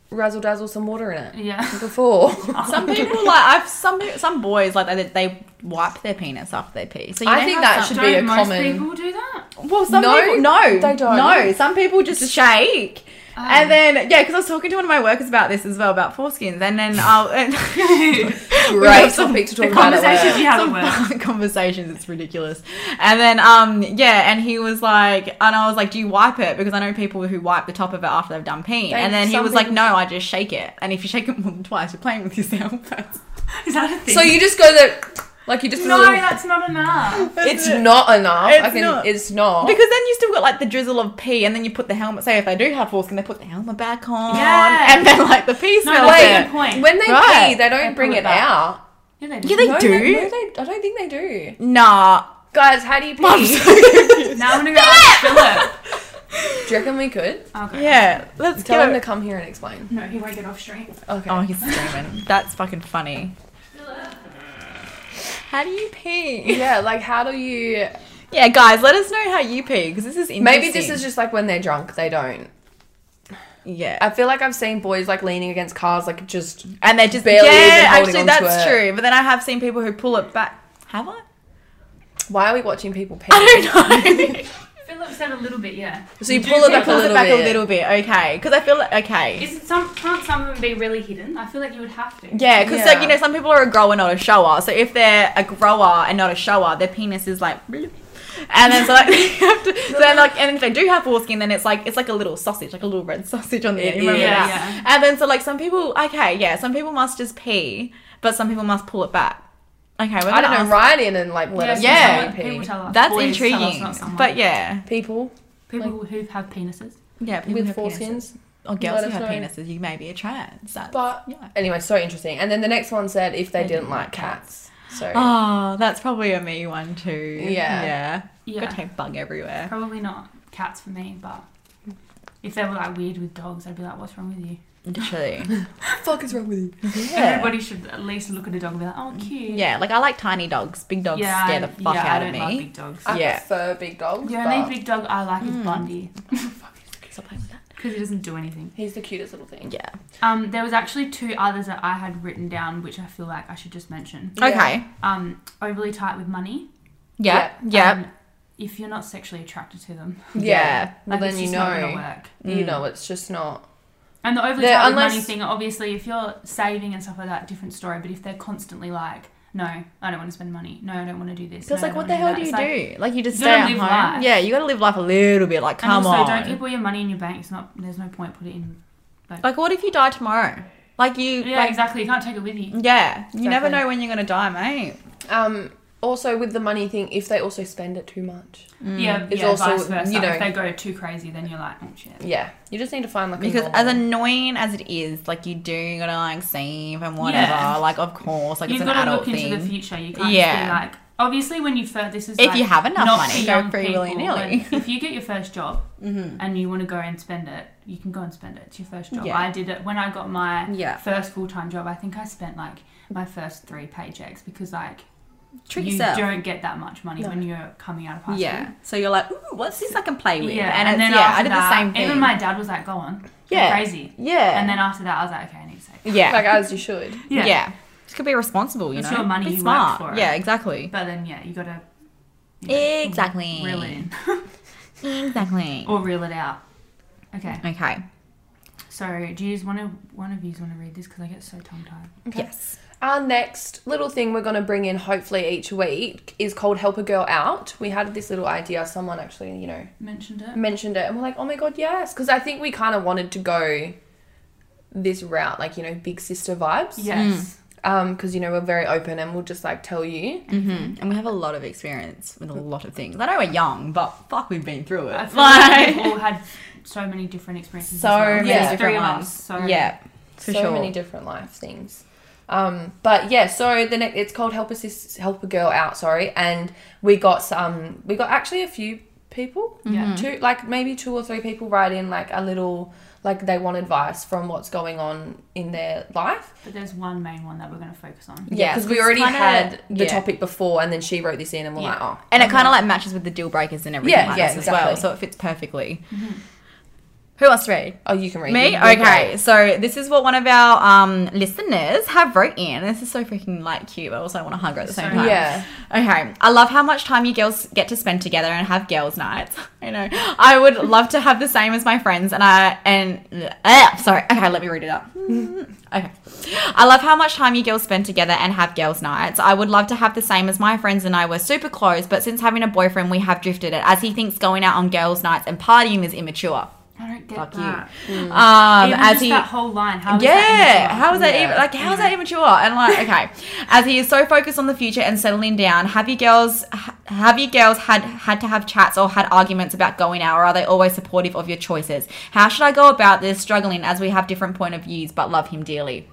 razzle dazzle some water in it Yeah. before. some people like I've some some boys like they, they wipe their penis after they pee. So you I know think how that some- should be Don't a most common- people do that? Well, some No, people no, they don't. No, some people just shake. Oh. And then yeah, because I was talking to one of my workers about this as well about foreskins, and then I'll and Um, We Great have some- topic to the talk about at conversation- work. Yeah, some it works. fun conversations. It's ridiculous. And then um yeah, and he was like, and I was like, do you wipe it? Because I know people who wipe the top of it after they've done peeing. They- And then he some was like, people- no, I just shake it. And if you shake it more than twice, you're playing with yourself. Is that a thing? So you just go there, like, you just. do a no, little- that's not enough. it's not enough. It's I can, not. It's not. Because then you still got like the drizzle of pee, and then you put the helmet. Say if they do have foreskin, they put the helmet back on, Yeah. and then like the pee No, smells. that's there. a good point. When they Right. pee, they don't They bring pull it, it back. out. yeah, they do. Yeah, they No, do. no, they, I don't think they do. Nah. Guys, how do you I'm pee? so confused. now I'm gonna go ask Philip. do you reckon we could? Okay. yeah, let's Tell him go. to come here and explain. Oh, No, he won't get off stream. Okay. Oh, he's screaming. That's fucking funny. How do you pee? yeah, like how do you? Yeah, guys, let us know how you pee because this is interesting. Maybe this is just like when they're drunk, they don't. yeah, I feel like I've seen boys like leaning against cars, like just and they're just barely yeah. even holding Actually, onto that's it. true. But then I have seen people who pull it back. Have I? why are we watching people pee? I don't know. Philip said a little bit, yeah. So you pull it do back a pull Pulls little it back bit. a little bit. Okay, because I feel like okay. Is it some? Can't some of them be really hidden? I feel like you would have to. Yeah, because like Yeah. you know, some people are a grower, not a shower. So if they're a grower and not a shower, their penis is like, bloop. and then so like, they have to, so then like, and if they do have foreskin, then it's like it's like a little sausage, like a little red sausage on the It end. You remember is. that? And then so like some people, okay, yeah, some people must just pee, but some people must pull it back. Okay, we're gonna I don't know. ask- Write in and like let Yeah, us Yeah. know how you People pee. tell us. That's boys tell us, intriguing, not someone. but yeah, People people who have penises. yeah, people with have penises. foreskins. or girls let who us have know. penises, you may be a trans. That's, But- yeah. Anyway, so interesting. And then the next one said if they, didn't, like cats. So Oh, that's probably a me one too. Yeah. yeah. Yeah. Got to take bug everywhere. Probably not cats for me, but if they were like weird with dogs, I'd be like, what's wrong with you? Literally. fuck is wrong with you? yeah. Everybody should at least look at a dog and be like, oh, cute. yeah, like I like tiny dogs. Big dogs yeah, scare the I- fuck yeah, out I of don't me. Uh, Like big dogs. I Yeah. prefer big dogs. The but- only big dog I like Hmm. is Bundy Stop playing with that. because he doesn't do anything. He's the cutest little thing. Yeah. Um, there was actually two others that I had written down, which I feel like I should just mention. Yeah. Okay. Um, overly tight with money. Yeah. Yeah. Yeah. Um, if you're not sexually attracted to them, Yeah. Yeah. Well, like, then it's you just not gonna know. work. You know, it's just not. And the overly They're- tight with money unless- thing, obviously, if you're saving and stuff like that, different story. But if they're constantly like, no, I don't want to spend money. No, I don't want to do this. Because no, like, I don't what the wanna hell that." do you It's like- do? Like, you just you stay gotta at home. live life. Yeah, you gotta live life a little bit. Like, And come also, on. don't keep all your money in your bank. It's not. There's no point. Put it in. like, what if you die tomorrow? Like, you. Yeah, like, exactly. You can't take it with you. Yeah. You never Exactly. know when you're gonna die, mate. Um. Also, with the money thing, if they also spend it too much. Yeah, Mm. It's yeah. also, vice versa. you know- if they go too crazy, then you're like, oh shit. Yeah. You just need to find like. Because a as normal- annoying as it is, like you do gotta like save and whatever. Yeah. Like of course, like it's You've an got to adult look into thing. the future. You can't Yeah. just be like, obviously when you first this is If like, you have enough not money, for go young free Mm-hmm. people, willy-nilly. but if you get your first job and you want to go and spend it you can go and spend it it's your first job Yeah. i did it when i got my Yeah. first full-time job i think i spent like my first three paychecks because like Treat you yourself. don't get that much money No. when you're coming out of high Yeah. school So you're like, ooh, what's this I can play with? yeah And, it's, then yeah, I after did that, the same thing. even my dad was like go on you're Yeah. crazy yeah. and then after that i was like okay i need to save yeah. Like as you should. yeah. Just could be responsible, you It's know. your money, Be you work smart. for it. Yeah, exactly. but then yeah you gotta you Exactly. reel it in Exactly. or reel it out okay Okay. So, do you want to one of you want to read this because I get so tongue tied. Yes. Our next little thing we're going to bring in hopefully each week is called Help a Girl Out. We had this little idea. Someone actually, you know, Mentioned it. mentioned it and we're like, oh my God, yes. Because I think we kind of wanted to go this route, like, you know, big sister vibes. Yes. Um, Because, you know, we're very open and we'll just like tell you. Mm-hmm. And we have a lot of experience with a lot of things. I know we're young, but fuck, we've been through I it. feel like we've all had so many different experiences. Mm. as so well. many There's different three of ones. us. So yeah, for so sure. many different life things. Um, but yeah, so the next it's called help assist help a girl out. Sorry, and we got some. We got actually a few people. Mm-hmm. Mm. Yeah. two like maybe two or three people write in like a little like they want advice from what's going on in their life. But there's one main one that we're going to focus on. Yeah, because 'cause we it's already kinda- had the yeah. topic before, and then she wrote this in, and we're Yeah. like, oh, and it kind of like matches with the deal breakers and everything Yeah, like yeah, this as well. exactly. So it fits perfectly. Mm-hmm. Who wants to read? oh, you can read Me? it. You're Okay. great. So this is what one of our um, listeners have wrote in. This is so freaking like cute. I also want to hug her at the same So time. Yeah. Okay. I love how much time you girls get to spend together and have girls' nights. I know. I would love to have the same as my friends and I and uh, sorry. Okay, let me read it out. Okay. I love how much time you girls spend together and have girls' nights. I would love to have the same as my friends and I were super close, but since having a boyfriend, we have drifted it as he thinks going out on girls' nights and partying is immature. I don't get Fuck that. you. Um, Even as just he, that whole line. How is yeah, that how is that Yeah. even like how is that immature? And like, okay, as he is so focused on the future and settling down, have you girls ha- have you girls had had to have chats or had arguments about going out, or are they always supportive of your choices? How should I go about this? Struggling as we have different point of views, but love him dearly.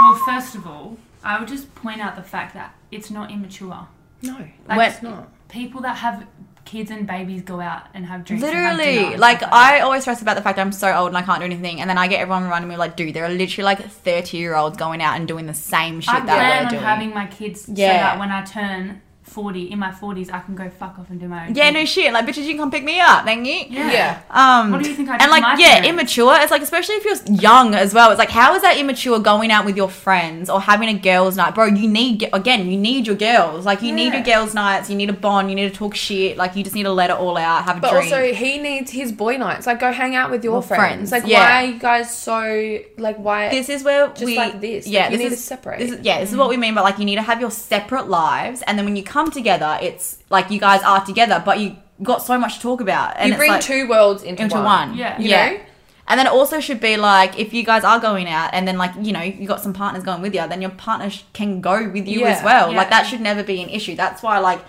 Well, first of all, I would just point out the fact that it's not immature. No, Like, When- it's not. People that have kids and babies go out and have drinks. and have dinner Literally, and like stuff that. I always stress about the fact I'm so old and I can't do anything, and then I get everyone around me like, dude, there are literally like 30 year olds going out and doing the same shit that I plan we're on doing. having my kids so Yeah. that when I turn 40, in my 40s, I can go fuck off and do my own yeah, thing. no shit. Like, bitches, you can come pick me up. Thank you. Yeah. Yeah. Um, What do you think I did and to like, my yeah, parents? immature. It's like, especially if you're young as well. It's like, how is that immature going out with your friends or having a girls' night, bro? You need again, you need your girls. Like, you need Yeah. your girls' nights. You need a bond. You need to talk shit. Like, you just need to let it all out. Have a But drink. also, he needs his boy nights. Like, go hang out with your Well, friends, friends. Like, yeah. why are you guys so like? Why this is where Just we like this, Yeah, like, you this need is to separate. This is, yeah, this is Mm. what we mean. by like, you need to have your separate lives, and then when you come together, it's like you guys are together, but you got so much to talk about. And you it's bring like, two worlds into, into one. Yeah. You yeah. know? And then it also should be like if you guys are going out and then like you know you got some partners going with you, then your partner sh- can go with you Yeah. as well. Yeah. Like that should never be an issue. That's why like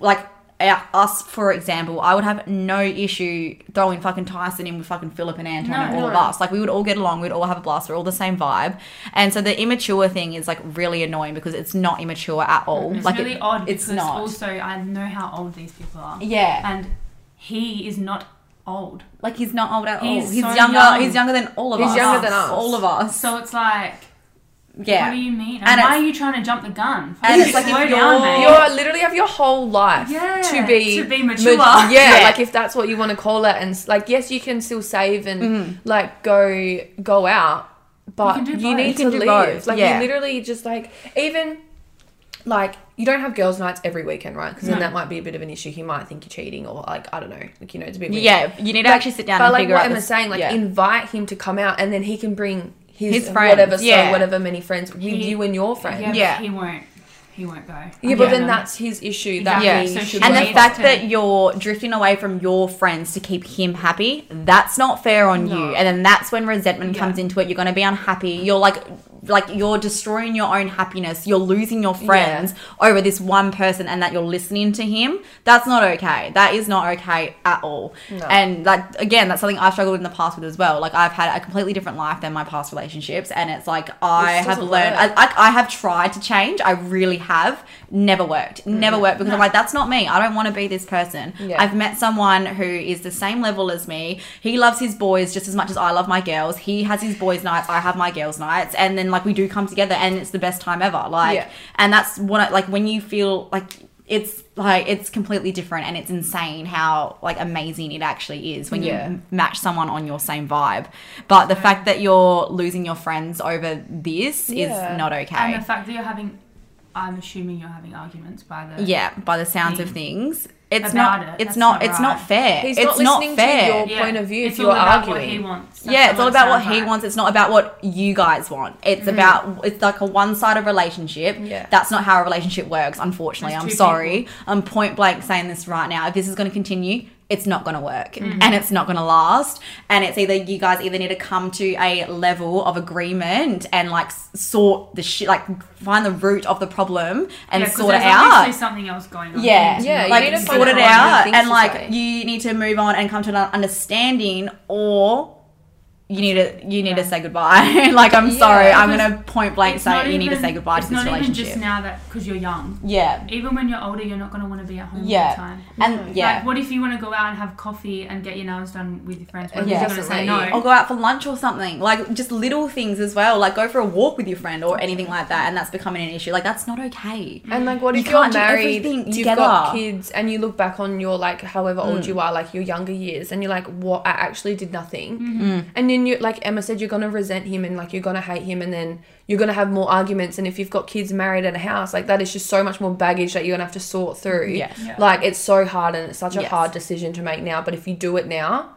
like our, us for example, I would have no issue throwing fucking Tyson in with fucking Philip and Anton and No, all of no. us. Like we would all get along. We'd all have a blast. We're all the same vibe. And so the immature thing is like really annoying because it's not immature at all. Mm-hmm. It's like it- really odd It's because not. also I know how old these people are. yeah, And he is not old. like he's not old at all. He's He's so younger. young. He's younger than all of He's us. younger than us. All of us. So it's like, Yeah. what do you mean? And, And why it's- are you trying to jump the gun? And it's Fucking like if slow you're- down, mate. You are literally have your whole life Yeah, to be to be mature. yeah, Yeah. like if that's what you want to call it, and s- like yes, you can still save and like go go out, but can do you, both. need You Mm-hmm. can to do live. both, Like yeah. you literally just like even like you don't have girls' nights every weekend, right? Because No. then that might be a bit of an issue. He might think you're cheating, or like I don't know, like you know, it's a bit weird. Yeah, you need to Like, actually sit down but and like figure what out. Emma's this- saying, like yeah. invite him to come out, and then he can bring his, His friends, whatever, so yeah. whatever many friends with He- you and your friends. yeah, but Yeah. He won't. He won't go. Yeah, but Yeah. then that's his issue. That Exactly. he So should should and we- work the on. fact Yeah. that you're drifting away from your friends to keep him happy, that's not fair on No. you. And then that's when resentment Yeah. comes into it. You're going to be unhappy. You're like like you're destroying your own happiness. You're losing your friends over this one person and that you're listening to him. That's not okay. That is not okay at all. And that again, that's something I've struggled in the past with as well. Like I've had a completely different life than my past relationships and it's like I This have doesn't learned I, work. I, I have tried to change. I really have. Never worked. Never worked because I'm like that's not me. I don't want to be this person. Mm. Yeah. I've met someone who is the same level as me. He loves his boys just as much as I love my girls. He has his boys' nights. I have my girls' nights. And then like we do come together, and it's the best time ever. Like, Yeah. and that's what I, like when you feel like it's like it's completely different, and it's insane how like amazing it actually is when you Yeah. m- match someone on your same vibe. But the fact that you're losing your friends over this Yeah. is not And okay. the fact that you're having, I'm assuming you're having arguments by the. yeah, by the sounds of things. It's About not. it, It's that's not. not It's not right. fair. He's it's not listening to fair. your point of view if it's you're all about What arguing. he wants. That's yeah, it's all it about what sounds he like. wants. It's not about what you guys want. It's Mm. about it's like a one-sided relationship. Yeah. That's not how a relationship works, unfortunately. There's I'm two sorry. I'm point blank saying this right now. If this is going to continue, it's not going to work Mm-hmm. and it's not going to last and it's either you guys either need to come to a level of agreement and like s- sort the shit like find the root of the problem and Yeah, 'cause sort it there's obviously out. something else going on. Yeah, It's Yeah, not- you like need to find sort out it why everyone out, thinks and this like way. you need to move on and come to an understanding, or you need to you need to Yeah. say goodbye. like I'm sorry, Yeah, I'm because gonna point blank It's say not you need to even- say goodbye to it's this not even relationship. just now that because you're young. yeah, Even when you're older, you're not going to want to be at home all the yeah, time. and yeah. Like, what if you want to go out and have coffee and get your nails done with your friends? What if Yeah. you're going to say no? Definitely. or go out for lunch or something like just little things as well like go for a walk with your friend or anything like that and that's becoming an issue like that's not okay And like, what You if you're can't do married, everything you've together. Mm. got kids, and you look back on your like, however old you are, like your younger years, and you're like, what? I actually did nothing. Mm-hmm. And then you, like Emma said, you're gonna resent him, and like you're gonna hate him, and then you're gonna have more arguments. And if you've got kids, married, and a house, like that is just so much more baggage that you're gonna have to sort through. Yes. Yeah. Like it's so hard, and it's such a Yes. hard decision to make now. But if you do it now.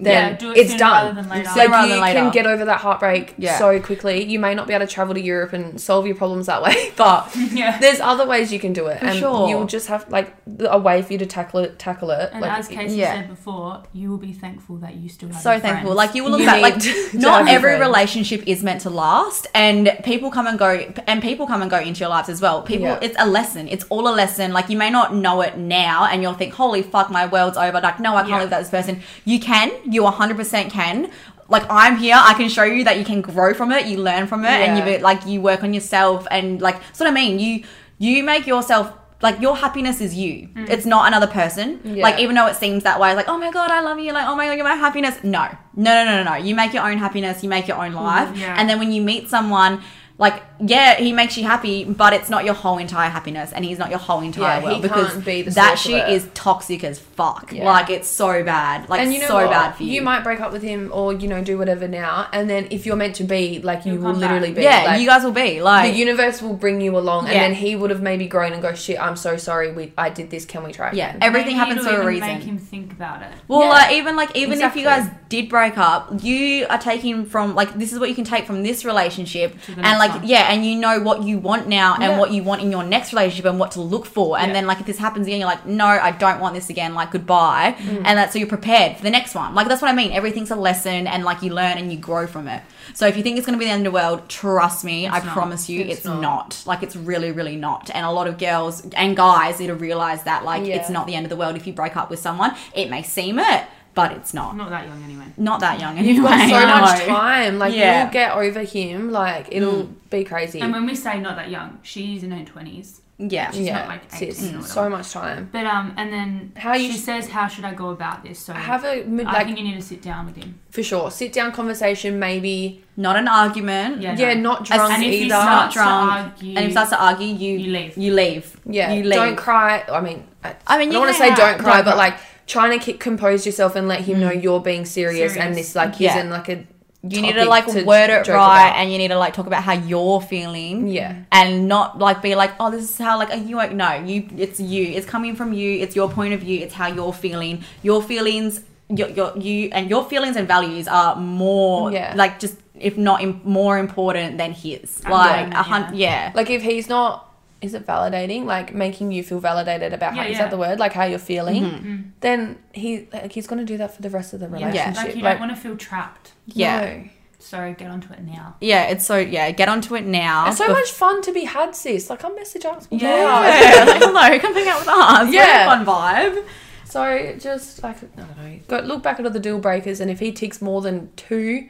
Yeah, Then do it it's sooner done. rather than later. Like, Sooner rather you than later. can get over that heartbreak Yeah. so quickly. You may not be able to travel to Europe and solve your problems that way, but yeah. there's other ways you can do it, For and sure. you'll just have like a way for you to tackle it. Tackle it. And like, as Casey yeah. said before, you will be thankful that you still have so your thankful. friends. Like you will look You back. need Like to not have your every friends. relationship is meant to last, and people come and go, and people come and go into your lives as well. People, Yeah. it's a lesson. It's all a lesson. Like you may not know it now, and you'll think, "Holy fuck, my world's over." Like no, I can't Yeah. live without this person. You can. You 100 percent can. Like I'm here, I can show you that you can grow from it. You learn from it, and you Yeah. be- like you work on yourself and like that's what I mean. You you make yourself like your happiness is you. It's not another person. Mm. Yeah. Like even though it seems that way, like oh my god, I love you. Like oh my god, you're my happiness. No, no, no, no, no, no. You make your own happiness. You make your Mm, own life. yeah. And then when you meet someone. Like yeah, he makes you happy, but it's not your whole entire happiness, and he's not your whole entire Yeah, he world because can't be the that source of shit it. is toxic as fuck. Yeah. Like it's so bad, like and you know so what? bad for you. might break up with him, or you know, do whatever now, and then if you're meant to be, like, you You'll will come back. literally be. yeah, like, you guys will be like The universe will bring you along, and Yeah. then he would have maybe grown and go, "Shit, I'm so sorry. We, I did this. Can we try?" yeah, again?" everything Maybe happens it'll for a even reason. Make him think about it. Well, Yeah. like even like even if you Exactly. guys did break up, you are taking from like this is what you can take from this relationship, To the and next like one. yeah, and you know what you want now and Yeah. what you want in your next relationship and what to look for, and Yeah. then like if this happens again, you're like no, I don't want this again, like goodbye, and that's so you're prepared for the next one. Like that's what I mean. Everything's a lesson, and like you learn and you grow from it. So if you think it's gonna be the end of the world, trust me, I not. promise you, it's, It's not. not. Like it's really, really not. And a lot of girls and guys need to realize that like Yeah. it's not the end of the world if you break up with someone. It may seem it, but it's not. I'm not that young anyway. Not that young anyway. You've got so I much know. time. Like, Yeah. you'll get over him. Like, it'll be crazy. And when we say not that young, she's in her twenties. Yeah. she's yeah, not, like, sis, 18 or so much time. But um, and then How you she sh- says, "How should I go about this?" So Have a mid- I like think you need to sit down with him. for sure. Sit down conversation. Maybe Not an argument. Yeah. yeah, no. not drunk And if you either. start Mm. Not drunk. To argue, and if starts to argue, you, you leave. You leave. Yeah, You leave. don't cry. I mean, I, I mean, you I don't want can to say have- don't cry, don't but cry. like trying to ki- compose yourself and let him know you're being serious, and Serious. this like Mm. Yeah. isn't like a you need to topic like to word it joke right, about. and you need to like talk about how you're feeling. Yeah. And not like be like, oh, this is how like are you like no, you it's you, it's coming from you, it's your point of view, it's how you're feeling. Your feelings, your your you and your feelings and values are more Yeah. like just if not im- more important than his. Like yeah, a hun- yeah. Like if he's not, is it validating? Like making you feel validated about how Yeah, is yeah. Mm. that the word? Like how you're feeling? Mm-hmm. Then he like, he's gonna do that for the rest of the Yeah. relationship. Like you don't Like, want to feel trapped. Yeah. no. So get onto it now. Yeah, it's so yeah. Get onto it now. It's so Bef- much fun to be had, sis. Like, come message us. Yeah, like, hello, come hang out with us. Yeah. Yeah, fun vibe. So just like I don't know, go look back at other deal breakers, and if he ticks more than two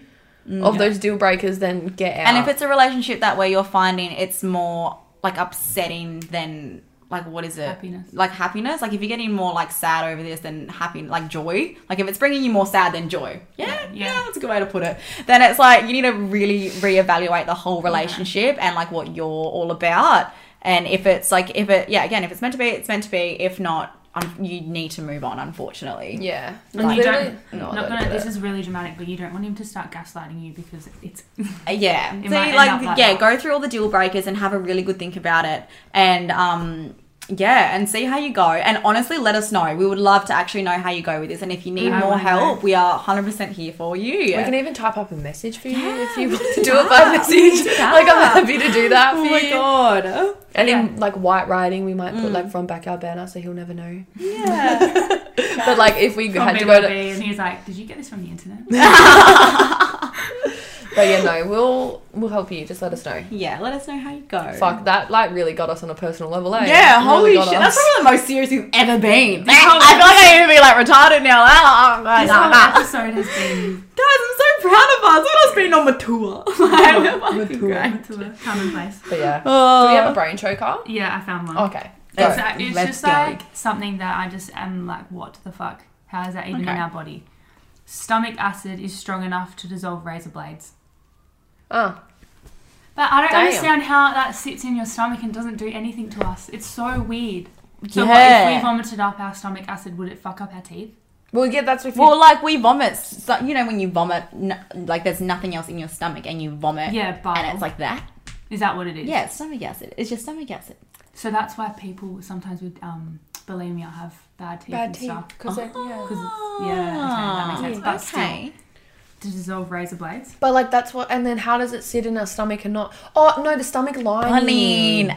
of Yeah. those deal breakers, then get out. Mm. And if it's a relationship that way, you're finding it's more like upsetting than like what is it? Happiness. Like happiness. Like if you're getting more like sad over this than happy, like joy. Like if it's bringing you more sad than joy. Yeah, yeah, Yeah. that's a good way to put it. Then it's like you need to really reevaluate the whole relationship and like what you're all about. And if it's like if it yeah again if it's meant to be it's meant to be. If not, un- you need to move on. Unfortunately. yeah, And you Literally- don't. No, I don't not gonna. do This that. is really dramatic, but you don't want him to start gaslighting you because it's Uh, Yeah. It so might end like, up like yeah, that. go through all the deal breakers and have a really good think about it. And um yeah, and see how you go. And honestly, let us know. We would love to actually know how you go with this. And if you need I more wanna help, we are 100% here for you. We can even type up a message for you if you we want to can do do it by that. We can message. do that. Like I'm happy to do that for oh my you. god. Mm. And in like white writing, we might put like from back our banner, so he'll never know. Yeah. But like if we from had to go BYB, to, and he's like, "Did you get this from the internet?" but yeah, no, we'll we'll help you. Just let us know. yeah, let us know how you go. Fuck that! Like really got us on a personal level, eh? Yeah, holy Really got shit. us. That's probably the most serious you've ever been. Yeah. I feel like I need to be like retarded now. Oh, my this whole God. episode has been Guys, I'm so proud of us. Let us be on mature. Like, we're fucking Mature. great. into a commonplace. But yeah, Oh. do we have a brain choker? Yeah, I found one. Okay, It's, go. Exactly. like- it's Let's just go. like something that I just am like, what the fuck? How is that even in Okay. our body? Stomach acid is strong enough to dissolve razor blades. Ah, But I don't Damn. understand how that sits in your stomach and doesn't do anything to us. It's so weird. So what if Yeah. we vomited up our stomach acid, would it fuck up our teeth? well, yeah, that's if you Well, like we vomit, so, you know, when you vomit, n- like there's nothing else in your stomach, and you vomit. Yeah, but Uh, And it's like that. is that what it is? Yeah, it's stomach acid. It's just stomach acid. So that's why people sometimes with um, bulimia have bad teeth bad and teeth stuff. because Uh-huh. yeah. Because it's, yeah, okay, that makes sense. But still, Okay. to dissolve razor blades. But like that's what, and then how does it sit in our stomach and not? Oh no, the stomach lining. I mean,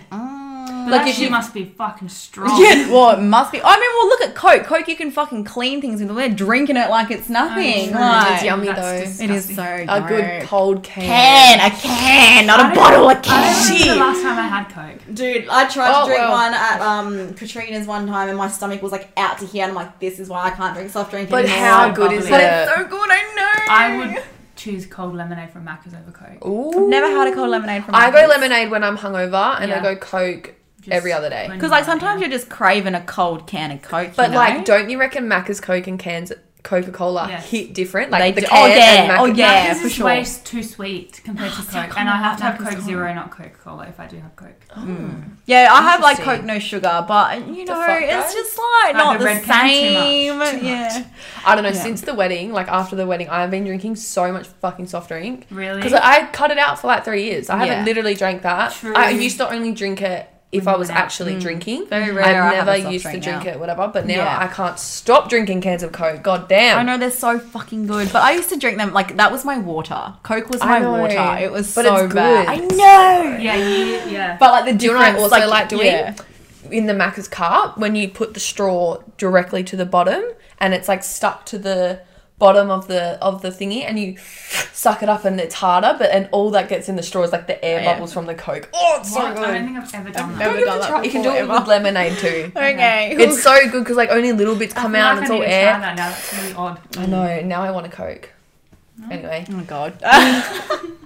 But Like, that if shit you- must be fucking strong. yeah. Well, it must be. I mean, well, look at Coke. Coke, you can fucking clean things with. We're drinking it like it's nothing. true. like, It's yummy, That's though. It disgusting. is so good. A good cold can, a can, I not a don't- bottle, a I can. don't remember the last time I had Coke. Dude, I tried Oh, to drink well. one at um, Katrina's one time, and my stomach was like out to here, and I'm like, this is why I can't drink soft drink But anymore. how so good is bubbly. But it? it's so good, I know. I would choose cold lemonade from Macca's over Coke. Ooh. never had a cold lemonade from. I go lemonade when I'm hungover, and I Yeah. go Coke Just every other day. when because you're like sometimes out. you're just craving a cold can of Coke. But you know? like, don't you reckon Macca's Coke and cans Coca Cola Yes. hit different? They Like the do- can oh, yeah, and Macca's. oh, yeah. Macca's for is sure. way too sweet compared to see, I Coke, can't and I have to have like Coke Macca's Zero, not Coke Cola, if I do have Coke. Mm. yeah, I have like Interesting. Coke no sugar, but you know fuck, guys? it's just like Like not the the, red can, too much, same. too yeah, I don't know. Yeah. Since the wedding, like after the wedding, I've been drinking so much fucking soft drink. Really? Because I cut it out for like three years. I Yeah. haven't literally drank that. True. I used to only drink it if When I you was went out. actually drinking. Very rare Mm. I I've have never a soft used to drink drink now. it, whatever. But now Yeah. I can't stop drinking cans of Coke. God damn. I know they're so fucking good, but I used to drink them like that was my water. Coke was I my know, water. It was but so it's bad. good. I know. Yeah, you, yeah. But like the Do you know what I difference, also like, doing? yeah. In the Macca's cup, when you put the straw directly to the bottom and it's like stuck to the bottom of the of the thingy and you suck it up and it's harder but and all that gets in the straw is like the air Yeah. bubbles from the coke oh it's What? so good I don't think I've ever done that. Never Don't done even that try- you can do it before, with lemonade too Okay. it's so good because like only little bits come out and I it's feel all like I need to try air that now. That's really odd. i know now i want a coke anyway Oh my god.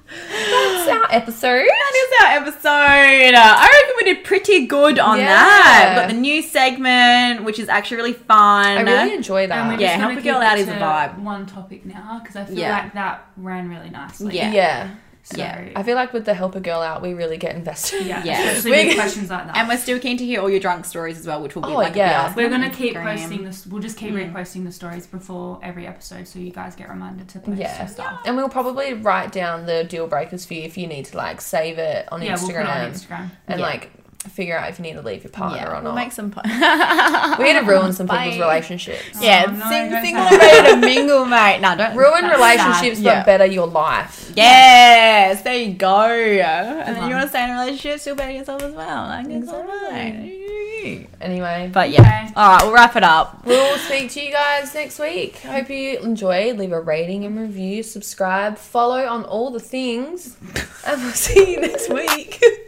that's our episode that is our episode. Uh, I reckon we did pretty good on Yeah. that. We've got the new segment, which is actually really fun. i really enjoy And that we're Yeah, just gonna Help a Girl keep it Out is a to vibe. One topic now, because I feel Yeah. like that ran really nicely. Yeah. yeah So, Yeah. i feel like with the help a girl out we really get invested Yeah, Yeah. especially We're- with questions like that. and we're still keen to hear all your drunk stories as well, which will be Oh, like yeah. yeah. We're gonna keep posting this. We'll just keep reposting the stories before every episode, so you guys get reminded to post Yeah. your stuff. And we'll probably write down the deal breakers for you if you need to like save it on Yeah, Instagram we'll put it on Instagram. and Yeah. like figure out if you need to leave your partner Yeah, or we'll not. make some. Po- we had to ruin some people's Bye. relationships. yeah, Oh, no, sing, don't sing say and ready to mingle, mate. No, don't Ruin that's relationships, sad. but Yeah. better your life. Yes, there you go. And then one. you want to stay in a relationship, still better yourself as well. Like, it's all right. cute. Anyway, But yeah. Okay. All right, we'll wrap it up. we'll speak to you guys next week. Hope you enjoyed. Leave a rating and review, subscribe, follow on all the things, and we'll see you next week.